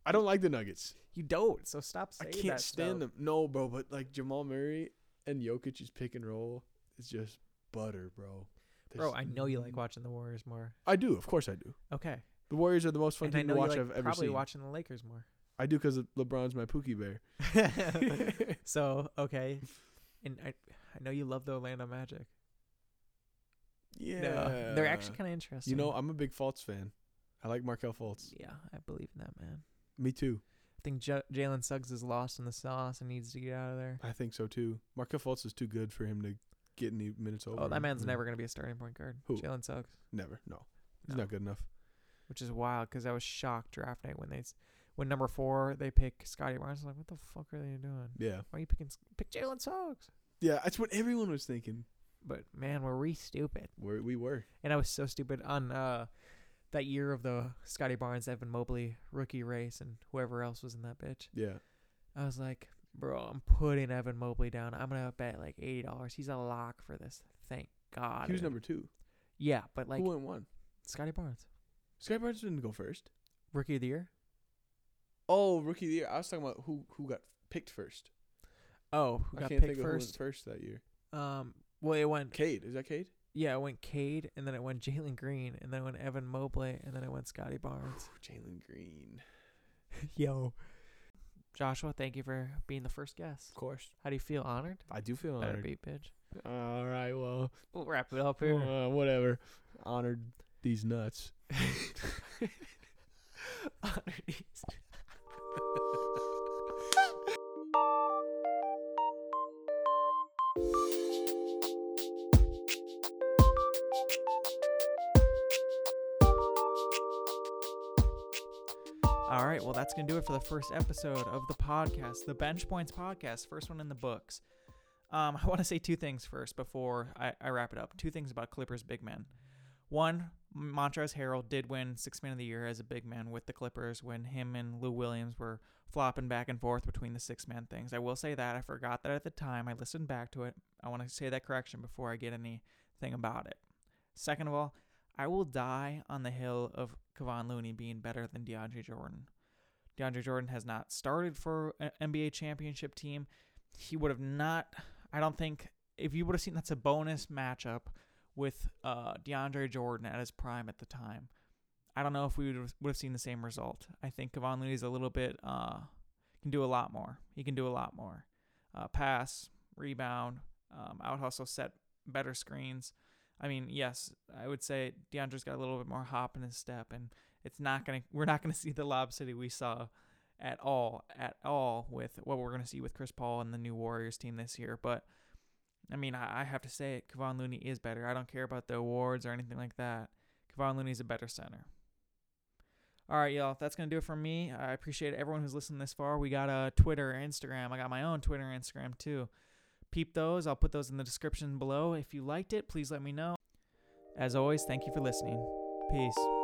Speaker 2: I don't like the Nuggets.
Speaker 1: You don't. So stop
Speaker 2: I
Speaker 1: saying
Speaker 2: can't stand them. No, bro. But like Jamal Murray and Jokic's pick and roll is just butter, bro.
Speaker 1: bro.
Speaker 2: There's
Speaker 1: I know you like
Speaker 2: n-
Speaker 1: watching the Warriors more.
Speaker 2: I do, of course I do.
Speaker 1: Okay,
Speaker 2: The Warriors are the most fun
Speaker 1: and I
Speaker 2: team
Speaker 1: know
Speaker 2: to watch
Speaker 1: you
Speaker 2: I've
Speaker 1: like
Speaker 2: ever
Speaker 1: probably
Speaker 2: seen.
Speaker 1: watching the Lakers more.
Speaker 2: I do because LeBron's my Pookie bear.
Speaker 1: so okay, and I I know you love the Orlando Magic.
Speaker 2: yeah,
Speaker 1: No, they're actually kind of interesting.
Speaker 2: You know, I'm a big Fultz fan. I like Markel Fultz.
Speaker 1: yeah, I believe in that man.
Speaker 2: Me too.
Speaker 1: I think J- Jalen Suggs is lost in the sauce and needs to get out of there.
Speaker 2: I think so too. Markel Fultz is too good for him to get any minutes over.
Speaker 1: Oh, that
Speaker 2: him.
Speaker 1: man's
Speaker 2: Mm.
Speaker 1: never gonna be a starting point guard.
Speaker 2: Who?
Speaker 1: Jalen Suggs,
Speaker 2: Never. No, he's
Speaker 1: No.
Speaker 2: not good enough.
Speaker 1: which is wild because I was shocked draft night when they s- when number four they pick Scotty Barnes. I'm like, what the fuck are they doing?
Speaker 2: Yeah,
Speaker 1: Why are you picking s- pick Jalen Suggs?
Speaker 2: yeah. That's what everyone was thinking.
Speaker 1: But man, were we stupid.
Speaker 2: Where we were.
Speaker 1: And I was so stupid on uh, that year of the Scotty Barnes, Evan Mobley rookie race, and whoever else was in that bitch.
Speaker 2: Yeah,
Speaker 1: I was like, bro, I'm putting Evan Mobley down. I'm gonna bet like eighty dollars. He's a lock for this. Thank God.
Speaker 2: he was
Speaker 1: it-
Speaker 2: number two.
Speaker 1: yeah, but like
Speaker 2: Who went one?
Speaker 1: Scotty Barnes,
Speaker 2: Sky Barnes didn't go first.
Speaker 1: rookie of the year.
Speaker 2: Oh, rookie of the year. I was talking about who who got picked first.
Speaker 1: Oh, who
Speaker 2: I
Speaker 1: got
Speaker 2: can't
Speaker 1: picked
Speaker 2: think of who went
Speaker 1: first?
Speaker 2: first that year.
Speaker 1: Um, well, it went
Speaker 2: Cade is that Cade?
Speaker 1: yeah, it went Cade, and then it went Jalen Green, and then it went Evan Mobley, and then it went Scotty Barnes.
Speaker 2: Jalen Green.
Speaker 1: Yo, Joshua, thank you for being the first guest.
Speaker 2: Of course.
Speaker 1: How do you feel? Honored?
Speaker 2: I do feel
Speaker 1: Better
Speaker 2: honored.
Speaker 1: be, bitch.
Speaker 2: All right, well,
Speaker 1: We'll wrap it up here.
Speaker 2: uh, whatever. Honored these nuts.
Speaker 1: All right, well, that's going to do it for the first episode of the podcast, the Bench Points podcast, first one in the books. Um, I want to say two things first before I, I wrap it up. Two things about Clippers big men. One, Montrezl Harrell did win Sixth Man of the Year as a big man with the Clippers when him and Lou Williams were flopping back and forth between the six man things. I will say that I forgot that at the time. I listened back to it. I want to say that correction before I get anything about it. Second of all, I will die on the hill of Kevon Looney being better than DeAndre Jordan. DeAndre Jordan has not started for an NBA championship team. He would have not. I don't think if you would have seen that's a bonus matchup with uh, DeAndre Jordan at his prime at the time. I don't know if we would have- would have seen the same result. I think Kevon Looney's a little bit uh, can do a lot more. He can do a lot more. Uh, pass, rebound, um, out hustle, set better screens. I mean, yes, I would say DeAndre's got a little bit more hop in his step, and it's not gonna. We're not gonna see the lob city we saw at all, at all with what we're gonna see with Chris Paul and the new Warriors team this year. But I mean, I, I have to say it. Kevon Looney is better. I don't care about the awards or anything like that. Kevon Looney's a better center. All right, y'all. That's gonna do it for me. I appreciate everyone who's listened this far. We got a Twitter, Instagram. I got my own Twitter and Instagram too. Peep those. I'll put those in the description below. If you liked it, please let me know. As always, thank you for listening. Peace.